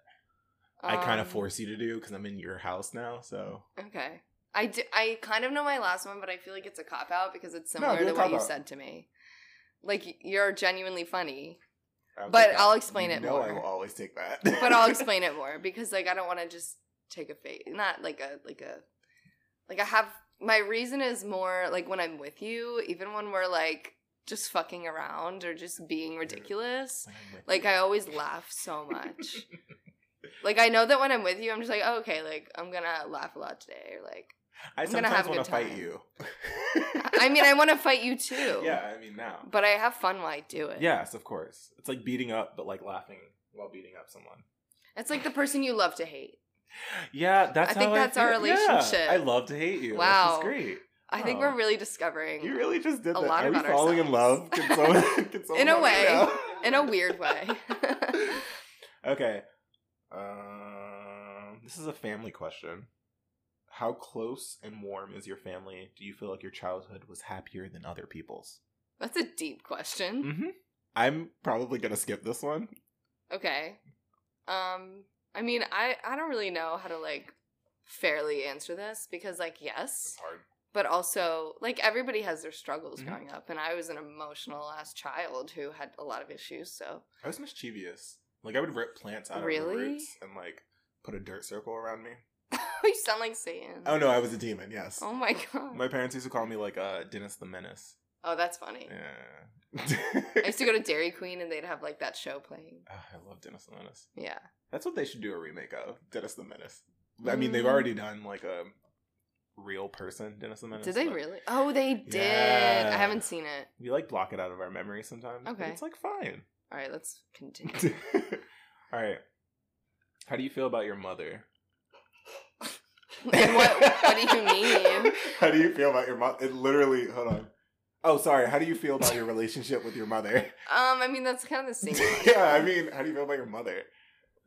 Speaker 2: I kind of
Speaker 1: Um,
Speaker 2: force you to do because I'm in your house now. So
Speaker 1: Okay. I, do, I kind of know my last one, but I feel like it's a cop out because it's
Speaker 2: No,
Speaker 1: similar
Speaker 2: do a
Speaker 1: to what you
Speaker 2: cop-out.
Speaker 1: said to me. Like y- you're genuinely funny,
Speaker 2: I'll
Speaker 1: But
Speaker 2: take that.
Speaker 1: I'll explain
Speaker 2: You
Speaker 1: it
Speaker 2: know
Speaker 1: more.
Speaker 2: I will always take that.
Speaker 1: but I'll
Speaker 2: *laughs*
Speaker 1: explain it more because like I don't want to just take a face. Not like a like a like I have my reason is more like when I'm with you, even when we're like just fucking around or just being ridiculous. Like I always laugh so
Speaker 2: *laughs*
Speaker 1: much. like I know that when I'm with you, I'm just like, oh, okay, like I'm gonna laugh a lot today, or like
Speaker 2: I
Speaker 1: I'm gonna have
Speaker 2: sometimes
Speaker 1: a good
Speaker 2: want to fight
Speaker 1: time.
Speaker 2: you.
Speaker 1: I mean, I want to fight you *laughs* too.
Speaker 2: *laughs* yeah, I mean now.
Speaker 1: But I have fun while I do it.
Speaker 2: Yes, of course. It's like beating up, but like laughing while beating up someone.
Speaker 1: It's like the person you love to hate.
Speaker 2: Yeah, that's.
Speaker 1: I think
Speaker 2: how
Speaker 1: that's our
Speaker 2: feel. Yeah,
Speaker 1: relationship.
Speaker 2: I love to hate you.
Speaker 1: Wow.
Speaker 2: Wow, this is great.
Speaker 1: I think
Speaker 2: Oh.
Speaker 1: we're really discovering
Speaker 2: You really just did
Speaker 1: A
Speaker 2: that.
Speaker 1: lot
Speaker 2: Are we
Speaker 1: about
Speaker 2: falling in love?
Speaker 1: ourselves.
Speaker 2: Can someone, *laughs* can someone
Speaker 1: In a
Speaker 2: let me
Speaker 1: way.
Speaker 2: know?
Speaker 1: in a
Speaker 2: *laughs*
Speaker 1: weird way. *laughs*
Speaker 2: okay. Um, this is a family question. How close and warm is your family? Do you feel like your childhood was happier than other people's?
Speaker 1: That's a deep question.
Speaker 2: Mm-hmm. I'm probably gonna skip this one. Mm-hmm.
Speaker 1: Okay. Um I mean, I I don't really know how to like fairly answer this because like yes,
Speaker 2: hard.
Speaker 1: but also like everybody has their struggles
Speaker 2: Mhm.
Speaker 1: growing up and I was an emotional ass child who had a lot of issues, so *laughs*
Speaker 2: I was mischievous. Like I would rip plants out of the
Speaker 1: Really?
Speaker 2: roots and like put a dirt circle around me.
Speaker 1: you sound like Satan.
Speaker 2: Oh no, I was a demon. Yes.
Speaker 1: Mm-hmm. Oh my god.
Speaker 2: My parents used to call me like uh, Dennis the Menace.
Speaker 1: oh, that's funny.
Speaker 2: Yeah.
Speaker 1: I used to go to Dairy Queen and they'd have like that show playing.
Speaker 2: *laughs* Ah, I love Dennis the Menace.
Speaker 1: Yeah.
Speaker 2: That's what they should do a remake of Dennis the Menace. I mean, they've
Speaker 1: Mm.
Speaker 2: already done like a real person Dennis the Menace.
Speaker 1: Did they
Speaker 2: but
Speaker 1: really? Oh, they did.
Speaker 2: Yeah.
Speaker 1: I haven't seen it.
Speaker 2: We like block it out of our memory sometimes. but
Speaker 1: Okay.
Speaker 2: it's like fine. *laughs*
Speaker 1: All right, let's continue.
Speaker 2: All right. How do you feel about your mother?
Speaker 1: and *laughs* what what do you mean?
Speaker 2: *laughs* How do you feel about your mom? It literally. Hold on. Oh, sorry. How do you feel about your relationship with your mother? *laughs*
Speaker 1: Um, I mean that's kind of the same. one.
Speaker 2: yeah, I mean, how do you feel about your mother?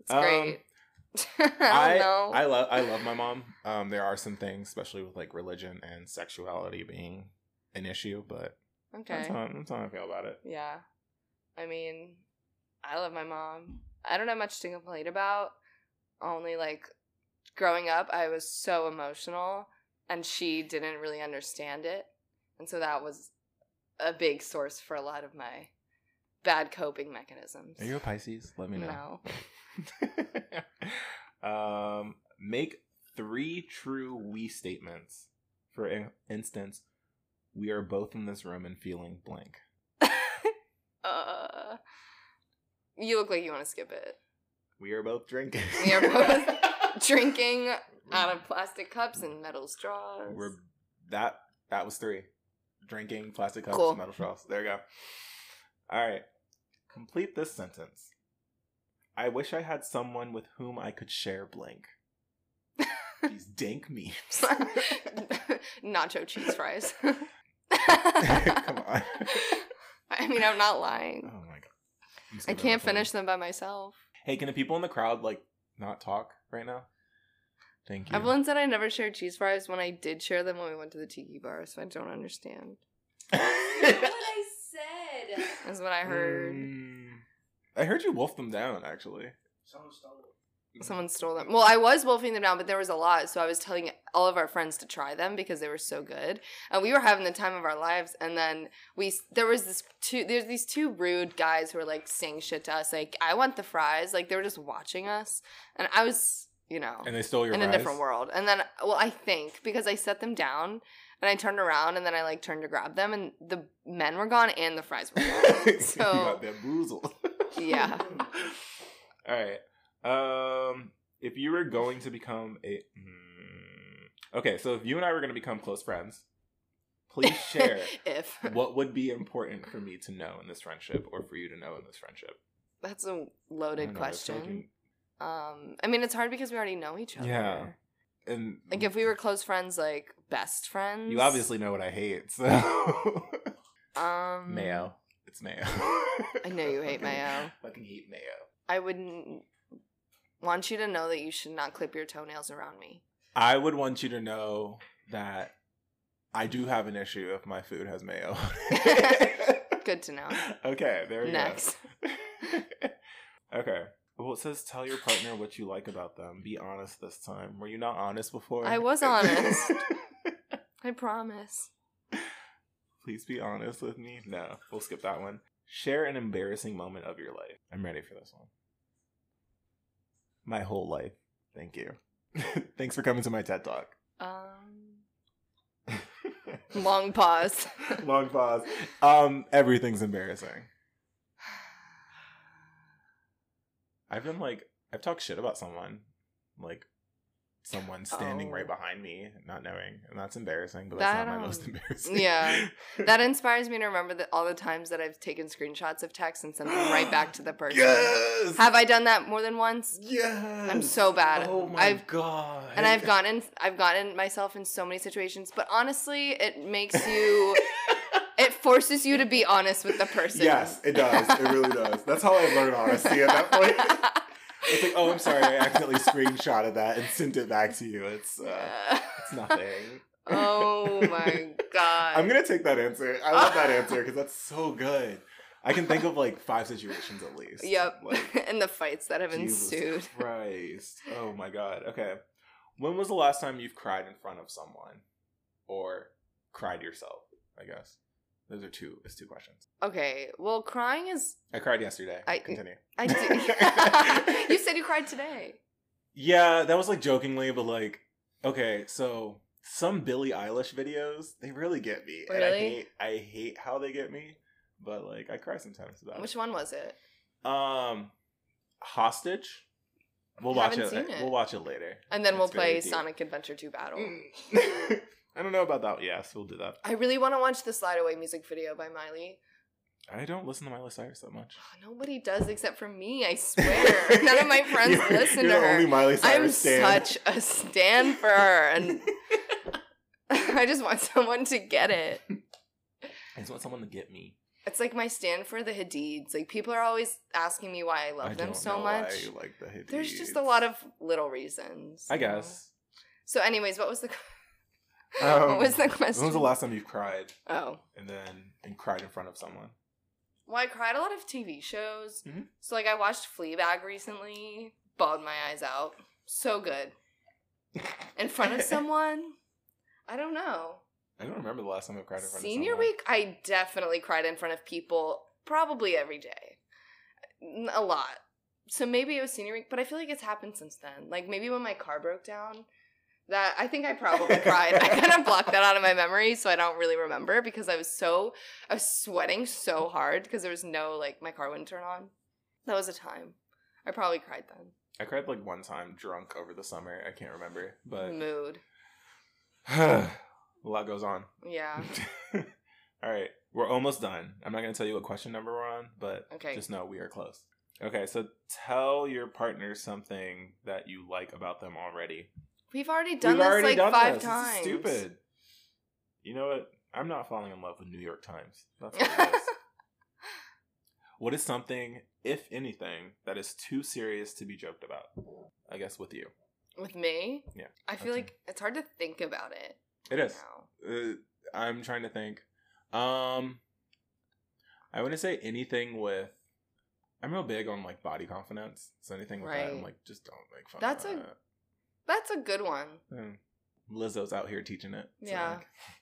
Speaker 1: it's great. *laughs* I don't
Speaker 2: um, I
Speaker 1: know.
Speaker 2: I love I love my mom. Um, there are some things, especially with like religion and sexuality being an issue, but that's,
Speaker 1: okay.
Speaker 2: how, that's how I feel about it.
Speaker 1: Yeah. I mean, I love my mom. I don't have much to complain about. Only like growing up, I was so emotional and she didn't really understand it. And so that was a big source for a lot of my bad coping mechanisms.
Speaker 2: Are you a Pisces? Let me know.
Speaker 1: No.
Speaker 2: *laughs* um, make three true we statements. For in- instance, we are both in this room and feeling blank.
Speaker 1: *laughs* Uh, you look like you want to skip it.
Speaker 2: We are both drinking.
Speaker 1: We are
Speaker 2: *laughs*
Speaker 1: both Drinking out of plastic cups and metal straws.
Speaker 2: Mm. We're that that was three. Drinking plastic cups,
Speaker 1: Cool.
Speaker 2: metal straws. There you go. All right. Complete this sentence. I wish I had someone with whom I could share blank.
Speaker 1: *laughs*
Speaker 2: These dank memes.
Speaker 1: *laughs* nacho cheese fries.
Speaker 2: *laughs* Come on.
Speaker 1: *laughs* I mean, I'm not lying.
Speaker 2: Oh my god. I'm just
Speaker 1: I
Speaker 2: gonna
Speaker 1: can't
Speaker 2: have a
Speaker 1: finish
Speaker 2: phone.
Speaker 1: them by myself.
Speaker 2: Hey, can the people in the crowd like not talk right now? Thank you. *laughs*
Speaker 1: Evelyn said I never shared cheese fries when I did share them when we went to the tiki bar, so I don't understand.
Speaker 3: That's what I said.
Speaker 1: Is what I heard.
Speaker 2: Mm. I heard you wolf them down actually.
Speaker 4: Someone stole it.
Speaker 1: Mm-hmm. Someone stole them. Well, I was wolfing them down, but there was a lot, so I was telling all of our friends to try them because they were so good. And we were having the time of our lives. And then we there was this two there's these two rude guys who were like saying shit to us, like I want the fries, like they were just watching us. And I was, you know,
Speaker 2: And they stole your
Speaker 1: in a
Speaker 2: fries?
Speaker 1: different world. And then, well, I think because I set them down and I turned around and then I like turned to grab them, and the men were gone and the fries
Speaker 2: *laughs*
Speaker 1: were
Speaker 2: You
Speaker 1: gone.
Speaker 2: got
Speaker 1: so
Speaker 2: bamboozled.
Speaker 1: *laughs* yeah,
Speaker 2: *laughs* All right. Um, if you were going to become a, Hmm. okay, so if you and I were going to become close friends, please share
Speaker 1: *laughs* if
Speaker 2: what would be important for me to know in this friendship, or for you to know in this friendship.
Speaker 1: that's a
Speaker 2: I
Speaker 1: loaded
Speaker 2: don't know, I feel
Speaker 1: question.
Speaker 2: like
Speaker 1: Um, I mean, it's hard because we already know each other.
Speaker 2: Yeah. you- and
Speaker 1: Like if we were close friends, like best friends.
Speaker 2: you obviously know what I hate, so
Speaker 1: um
Speaker 2: *laughs* mayo. It's mayo.
Speaker 1: I know you
Speaker 2: *laughs*
Speaker 1: hate mayo.
Speaker 2: Fucking hate mayo.
Speaker 1: I wouldn't want you to know that you should not clip your toenails around me.
Speaker 2: I would want you to know that I do have an issue if my food has mayo.
Speaker 1: Good to know.
Speaker 2: *laughs* Okay, there we
Speaker 1: Next.
Speaker 2: go. *laughs* okay. Well, it says tell your partner what you like about them. Be honest this time. Were you not honest before?
Speaker 1: I was honest. I promise.
Speaker 2: *laughs* Please be honest with me. No, we'll skip that one. Share an embarrassing moment of your life. I'm ready for this one. My whole life. Thank you. *laughs* Thanks for coming to my TED Talk. *laughs*
Speaker 1: Um long pause.
Speaker 2: *laughs* Long pause. Um, everything's embarrassing. I've been like, I've talked shit about someone, like someone standing
Speaker 1: Oh.
Speaker 2: right behind me, not knowing, and that's embarrassing. But
Speaker 1: That,
Speaker 2: that's not my
Speaker 1: um,
Speaker 2: most embarrassing. *laughs*
Speaker 1: yeah. that inspires me to remember that all the times that I've taken screenshots of text and sent them right back to
Speaker 2: *gasps*
Speaker 1: the person.
Speaker 2: Yes.
Speaker 1: Have I done that more than once?
Speaker 2: yes.
Speaker 1: I'm so bad at-
Speaker 2: Oh my
Speaker 1: I've-
Speaker 2: god.
Speaker 1: And I've gotten I've gotten myself in so many situations, but honestly, it
Speaker 2: *laughs*
Speaker 1: makes you it forces you to be honest with the person.
Speaker 2: Yes, it does. It really does. That's how I learned honesty at
Speaker 1: *laughs*
Speaker 2: that point. *laughs* It's like, oh, I'm sorry, I accidentally screenshotted that and sent it back to you. It's uh, it's nothing.
Speaker 1: oh my god.
Speaker 2: *laughs* I'm gonna take that answer. I
Speaker 1: *laughs*
Speaker 2: love that answer because that's so good. I can think of like five situations at least.
Speaker 1: Yep. *laughs*
Speaker 2: *laughs* Like,
Speaker 1: and the fights that have
Speaker 2: Jesus
Speaker 1: ensued.
Speaker 2: Christ. Oh my god. Okay. When was the last time you've cried in front of someone, or cried yourself? I guess those are two. It's two questions.
Speaker 1: Okay. Well, crying is
Speaker 2: I cried yesterday.
Speaker 1: I-
Speaker 2: Continue. *laughs*
Speaker 1: I do. *laughs* you said you cried today.
Speaker 2: Yeah, that was like jokingly, but like, okay, so some Billie Eilish videos they really get me. And I
Speaker 1: Really?
Speaker 2: hate, I hate how they get me, but like I cry sometimes about it.
Speaker 1: Which one was it?
Speaker 2: Um, hostage. We'll
Speaker 1: I
Speaker 2: watch it,
Speaker 1: haven't seen it.
Speaker 2: We'll watch it later.
Speaker 1: And then we'll
Speaker 2: It's very
Speaker 1: play
Speaker 2: deep.
Speaker 1: Sonic Adventure 2 Battle.
Speaker 2: Mm. *laughs* I don't know about that. Yes, we'll do that.
Speaker 1: I really want to watch the Slide Away music video by Miley.
Speaker 2: I don't listen to Miley Cyrus that much.
Speaker 1: *sighs* Nobody does except for me, I
Speaker 2: *laughs*
Speaker 1: swear. None of my friends
Speaker 2: You're-
Speaker 1: listen
Speaker 2: you're
Speaker 1: to
Speaker 2: the
Speaker 1: her.
Speaker 2: Only Miley Cyrus
Speaker 1: I'm
Speaker 2: stan.
Speaker 1: such a stand for her,
Speaker 2: *laughs*
Speaker 1: and *laughs* I just want someone to get it.
Speaker 2: I just want someone to get me.
Speaker 1: It's like my stand for the Hadids. Like people are always asking me why I love
Speaker 2: I
Speaker 1: them
Speaker 2: don't
Speaker 1: so
Speaker 2: know why
Speaker 1: much.
Speaker 2: you like the Hadids.
Speaker 1: There's just a lot of little reasons.
Speaker 2: I
Speaker 1: you know?
Speaker 2: guess.
Speaker 1: So, anyways, what was the *laughs*
Speaker 2: Um,
Speaker 1: what was the question?
Speaker 2: When was the last time you cried
Speaker 1: Oh,
Speaker 2: and then and cried in front of someone?
Speaker 1: well, I cried a lot of TV shows.
Speaker 2: Mhm.
Speaker 1: So, like, I watched Fleabag recently. Bawled my eyes out. So good in front of someone. I don't know.
Speaker 2: I don't remember the last time I cried in front
Speaker 1: Senior
Speaker 2: of someone.
Speaker 1: week, I definitely cried in front of people probably every day. N- A lot. So maybe it was senior week, but I feel like it's happened since then. Like maybe when my car broke down, that I think I
Speaker 2: *laughs*
Speaker 1: probably cried. I kind of blocked that out of my memory, so I don't really remember because I was so I was sweating so hard because there was no like my car wouldn't turn on. That was a time. I probably cried then.
Speaker 2: I cried like one time drunk over the summer. I can't remember, but
Speaker 1: Mood.
Speaker 2: *sighs* a lot goes on. *laughs*
Speaker 1: Yeah.
Speaker 2: All right, we're almost done. I'm not going to tell you what question number we're on, but
Speaker 1: Okay.
Speaker 2: just know we are close. Okay, so tell your partner something that you like about them already.
Speaker 1: We've already done this like five times.
Speaker 2: This is stupid. You know what? I'm not falling in love with New York Times. That's
Speaker 1: *laughs*
Speaker 2: what it is. what is something, if anything, that is too serious to be joked about? I guess with you,
Speaker 1: With me?
Speaker 2: Yeah.
Speaker 1: I feel
Speaker 2: Okay.
Speaker 1: like it's hard to think about it.
Speaker 2: it is.
Speaker 1: now.
Speaker 2: uh, I'm trying to think. Um, I wouldn't say anything with. I'm real big on like body confidence, so anything with that, I'm
Speaker 1: Right.
Speaker 2: like, just don't make fun.
Speaker 1: That's
Speaker 2: of
Speaker 1: a-
Speaker 2: that.
Speaker 1: That's a good one.
Speaker 2: Mm. Lizzo's out here teaching it. so,
Speaker 1: Yeah.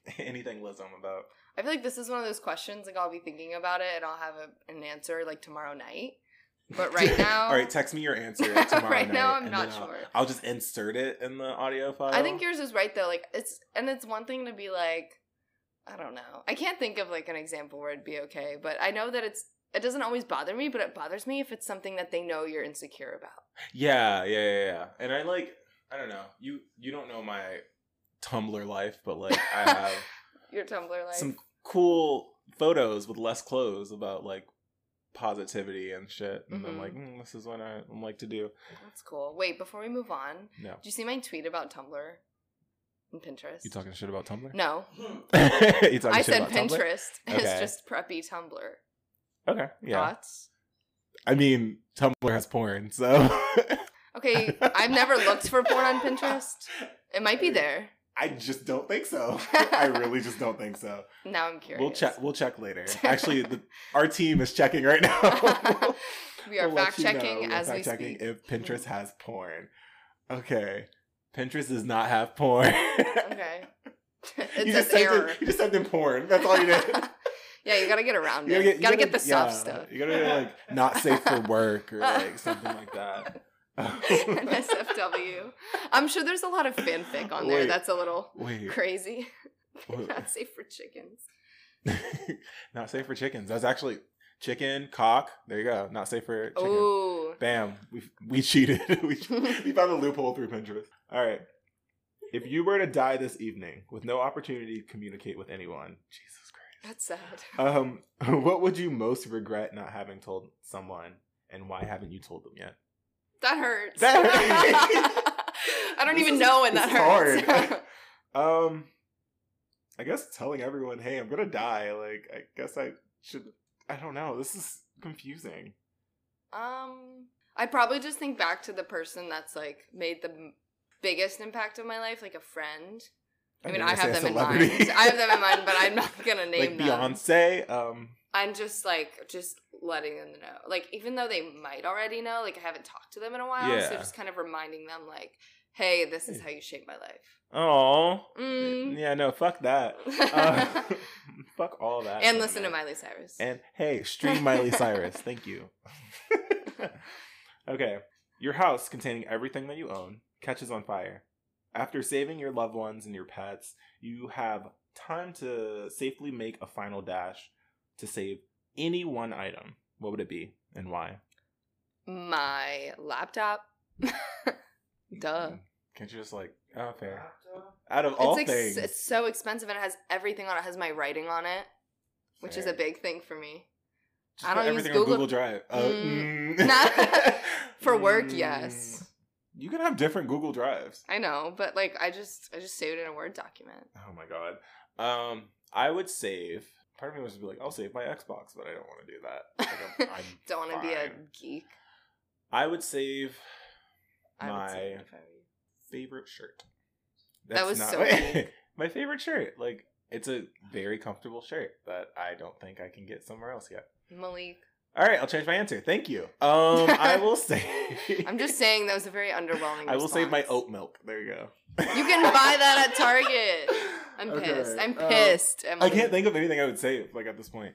Speaker 2: like, *laughs* anything Lizzo I'm about.
Speaker 1: I feel like this is one of those questions like I'll be thinking about it and I'll have a, an answer like tomorrow night. But
Speaker 2: *laughs*
Speaker 1: right now-
Speaker 2: all right, text me your answer *laughs* tomorrow.
Speaker 1: *laughs* Right now,
Speaker 2: night,
Speaker 1: I'm
Speaker 2: and
Speaker 1: not
Speaker 2: then I'll-
Speaker 1: sure.
Speaker 2: I'll just insert it in the audio file.
Speaker 1: I think yours is right though. Like it's and it's one thing to be like, I don't know. I can't think of like an example where it'd be okay, but I know that it's it doesn't always bother me, but it bothers me if it's something that they know you're insecure about.
Speaker 2: Yeah, yeah, yeah, yeah. And I like. I don't know. You you don't know my Tumblr life, but like
Speaker 1: *laughs*
Speaker 2: I have.
Speaker 1: Your Tumblr life.
Speaker 2: some cool photos with less clothes about like positivity and shit. And I'm
Speaker 1: Mhm.
Speaker 2: like, mm, this is what I I'm like to do.
Speaker 1: That's cool. Wait, before we move on,
Speaker 2: No.
Speaker 1: did you see my tweet about Tumblr and Pinterest?
Speaker 2: You talking shit about Tumblr?
Speaker 1: No.
Speaker 2: *laughs* you talking
Speaker 1: I
Speaker 2: shit
Speaker 1: said
Speaker 2: about Tumblr?
Speaker 1: Pinterest. *laughs*
Speaker 2: Okay.
Speaker 1: It's just preppy Tumblr.
Speaker 2: Okay. Yeah.
Speaker 1: Thoughts?
Speaker 2: I mean, Tumblr has porn, so *laughs*
Speaker 1: Okay, I've never looked for porn on Pinterest. It might be there.
Speaker 2: I just don't
Speaker 1: *laughs*
Speaker 2: think so. I really just don't think so.
Speaker 1: Now I'm curious. *laughs*
Speaker 2: We'll check we'll check later. Actually, the, our team is checking right now.
Speaker 1: *laughs* we are
Speaker 2: *laughs* We'll let
Speaker 1: fact
Speaker 2: you know.
Speaker 1: checking
Speaker 2: We're
Speaker 1: as we
Speaker 2: fact-checking
Speaker 1: speak. Mm-hmm.
Speaker 2: if Pinterest has porn. Okay. Pinterest does not have porn. *laughs*
Speaker 1: Okay.
Speaker 2: you
Speaker 1: it's
Speaker 2: just
Speaker 1: an
Speaker 2: typed in-
Speaker 1: error.
Speaker 2: you just typed in porn. *laughs* That's all you
Speaker 1: *laughs*
Speaker 2: did.
Speaker 1: yeah, you gotta get around
Speaker 2: You
Speaker 1: it.
Speaker 2: you
Speaker 1: gotta, get the soft
Speaker 2: yeah,
Speaker 1: stuff.
Speaker 2: You gotta get, like not safe for work or like something like that.
Speaker 1: *laughs*
Speaker 2: *laughs*
Speaker 1: NSFW. I'm sure there's a lot of fanfic on there.
Speaker 2: Wait.
Speaker 1: That's a little
Speaker 2: Wait, *laughs*
Speaker 1: crazy. *laughs*
Speaker 2: wait.
Speaker 1: Not safe for chickens.
Speaker 2: *laughs* not safe for chickens. That's actually chicken cock. There you go. Not safe for chicken.
Speaker 1: Oh,
Speaker 2: Bam. We we cheated.
Speaker 1: *laughs*
Speaker 2: *laughs* we, we found a loophole through Pinterest. All right. If you were to die this evening with no opportunity to communicate with anyone, Jesus Christ.
Speaker 1: that's sad.
Speaker 2: Um, *laughs* what would you most regret not having told someone, and why haven't you told them yet?
Speaker 1: That hurts. *laughs*
Speaker 2: That-
Speaker 1: I don't
Speaker 2: This
Speaker 1: even
Speaker 2: is-
Speaker 1: know when
Speaker 2: this
Speaker 1: that
Speaker 2: is
Speaker 1: hurts.
Speaker 2: *laughs*
Speaker 1: *laughs*
Speaker 2: hard. Um, I guess telling everyone, "Hey, I'm gonna die." Like, I guess I should. I don't know. This is confusing.
Speaker 1: Um, I probably just think back to the person that's like made the m- biggest impact of my life, like a friend. I mean,
Speaker 2: didn't
Speaker 1: I
Speaker 2: wanna
Speaker 1: have
Speaker 2: say a
Speaker 1: them in mind.
Speaker 2: celebrity.
Speaker 1: *laughs* I
Speaker 2: *laughs*
Speaker 1: have them in mind, but I'm not gonna name
Speaker 2: like
Speaker 1: them.
Speaker 2: Beyonce. Um,
Speaker 1: I'm just like just letting them know. Like even though they might already know, like I haven't talked to them in a while, so
Speaker 2: Yeah.
Speaker 1: just kind of reminding them like, "Hey, this is
Speaker 2: Hey.
Speaker 1: how you shape my life."
Speaker 2: oh,
Speaker 1: Mm.
Speaker 2: yeah, no, fuck
Speaker 1: *laughs*
Speaker 2: that. Uh, *laughs* fuck all that.
Speaker 1: and
Speaker 2: shit,
Speaker 1: listen to
Speaker 2: man.
Speaker 1: Miley Cyrus.
Speaker 2: And hey, stream Miley Cyrus. Thank you. *laughs* okay. Your house containing everything that you own catches on fire. After saving your loved ones and your pets, you have time to safely make a final dash to save any one item. What would it be and why?
Speaker 1: my
Speaker 2: *laughs*
Speaker 1: laptop. Duh.
Speaker 2: Mm. Can't you just like, oh, fair. Out of all
Speaker 1: Uh, It's like
Speaker 2: things.
Speaker 1: s- it's so expensive and it has everything on it. it has my writing on it, which is a
Speaker 2: Fair.
Speaker 1: big thing for me.
Speaker 2: Just
Speaker 1: I
Speaker 2: put
Speaker 1: don't use
Speaker 2: everything on
Speaker 1: Google-
Speaker 2: Google Drive. Uh,
Speaker 1: Mm,
Speaker 2: mm.
Speaker 1: not- *laughs* for work,
Speaker 2: Mm.
Speaker 1: yes.
Speaker 2: You can have different Google Drives.
Speaker 1: I know, but like I just I just saved it in a Word document.
Speaker 2: Oh my god. Um, I would save part of me wants to be like, I'll save my Xbox, but I don't want to do that.
Speaker 1: *laughs*
Speaker 2: Like, I'm, I'm
Speaker 1: Don't want to be a
Speaker 2: fine.
Speaker 1: geek.
Speaker 2: I would save
Speaker 1: I would say
Speaker 2: My-
Speaker 1: if I were you.
Speaker 2: favorite shirt.
Speaker 1: That was so
Speaker 2: my,
Speaker 1: unique.
Speaker 2: *laughs* my favorite shirt. Like it's a very comfortable shirt that I don't think I can get somewhere else yet.
Speaker 1: Malik.
Speaker 2: All right, I'll change my answer. Thank you.
Speaker 1: *laughs*
Speaker 2: Um, I will say. *laughs*
Speaker 1: I'm just saying that was a very underwhelming.
Speaker 2: I will save my
Speaker 1: response.
Speaker 2: oat milk. There you go.
Speaker 1: You can buy that at
Speaker 2: *laughs*
Speaker 1: Target. I'm pissed. I'm pissed.
Speaker 2: um, I
Speaker 1: Emily.
Speaker 2: can't think of anything I would save like at this point.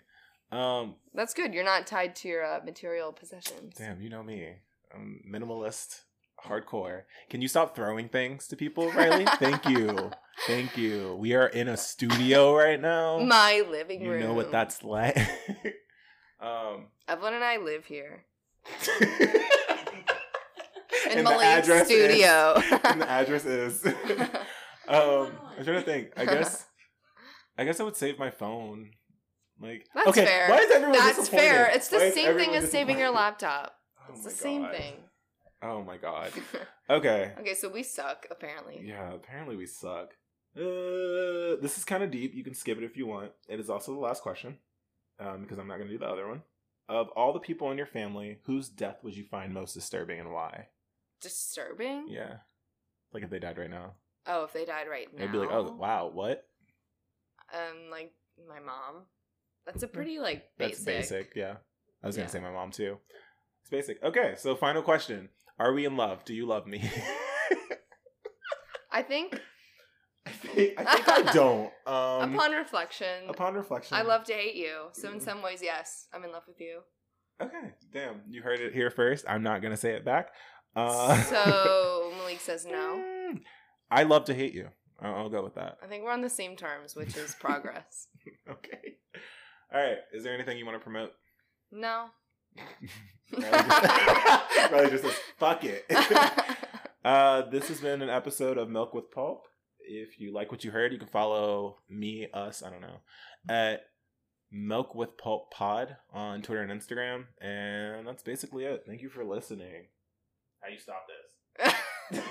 Speaker 2: Um,
Speaker 1: That's good. You're not tied to your uh, material possessions.
Speaker 2: damn, you know me. I'm minimalist, hardcore. Can you stop throwing things to people,
Speaker 1: *laughs*
Speaker 2: Riley? Thank you. Thank you. We are in a studio right now.
Speaker 1: My living
Speaker 2: you
Speaker 1: room.
Speaker 2: know what that's like. *laughs*
Speaker 1: *laughs*
Speaker 2: um,
Speaker 1: Evelyn and I live
Speaker 2: *laughs*
Speaker 1: here in
Speaker 2: And the
Speaker 1: Malik's
Speaker 2: address is-
Speaker 1: studio.
Speaker 2: *laughs*
Speaker 1: *laughs*
Speaker 2: and the address is. um, I'm trying to think. I guess. I guess I would save my phone. Like
Speaker 1: That's
Speaker 2: okay,
Speaker 1: fair.
Speaker 2: why is everyone
Speaker 1: That's
Speaker 2: disappointed?
Speaker 1: fair. It's the
Speaker 2: Why is
Speaker 1: same thing
Speaker 2: everyone
Speaker 1: as saving your
Speaker 2: disappointed?
Speaker 1: laptop.
Speaker 2: *laughs* Oh
Speaker 1: It's
Speaker 2: my
Speaker 1: the same
Speaker 2: God.
Speaker 1: thing. *laughs*
Speaker 2: Oh my god. Okay.
Speaker 1: okay, so we suck apparently.
Speaker 2: Yeah, apparently we suck. Uh, this is kind of deep. You can skip it if you want. It is also the last question, um, because I'm not going to do the other one. Of all the people in your family, whose death would you find most disturbing and why?
Speaker 1: Disturbing.
Speaker 2: Yeah, like if they died right now,
Speaker 1: Oh, if they died right now.
Speaker 2: I'd be like, oh wow, what?
Speaker 1: Um, like my mom. That's a pretty like basic.
Speaker 2: Mm-hmm. That's basic. Yeah, I was gonna
Speaker 1: Yeah.
Speaker 2: say my mom too. It's basic. Okay, so final question: Are we in love? Do you love me? *laughs*
Speaker 1: I think
Speaker 2: I think I,
Speaker 1: *laughs*
Speaker 2: think I don't. *coughs* Um,
Speaker 1: upon reflection,
Speaker 2: upon Mm-hmm. reflection,
Speaker 1: I love to hate you. So in some ways, yes, I'm in love with you.
Speaker 2: Okay, damn, you heard it here first. I'm not gonna say it back. Uh, *laughs*
Speaker 1: so Malik says no.
Speaker 2: Mm, I love to hate you. I'll, I'll go
Speaker 1: *laughs*
Speaker 2: with that.
Speaker 1: I think we're on the same terms, which
Speaker 2: *laughs*
Speaker 1: is progress.
Speaker 2: Okay. All right. Is there anything you want
Speaker 1: *laughs*
Speaker 2: to promote?
Speaker 1: no.
Speaker 2: Riley just- *laughs* Riley just says,
Speaker 1: *laughs*
Speaker 2: "Fuck it." *laughs* uh, this has been an episode of Milk with Pulp. If you like what you heard, you can follow me, us, I don't know, at Milk with Pulp Pod on Twitter and Instagram. And that's basically it. Thank you for listening. How you stop this?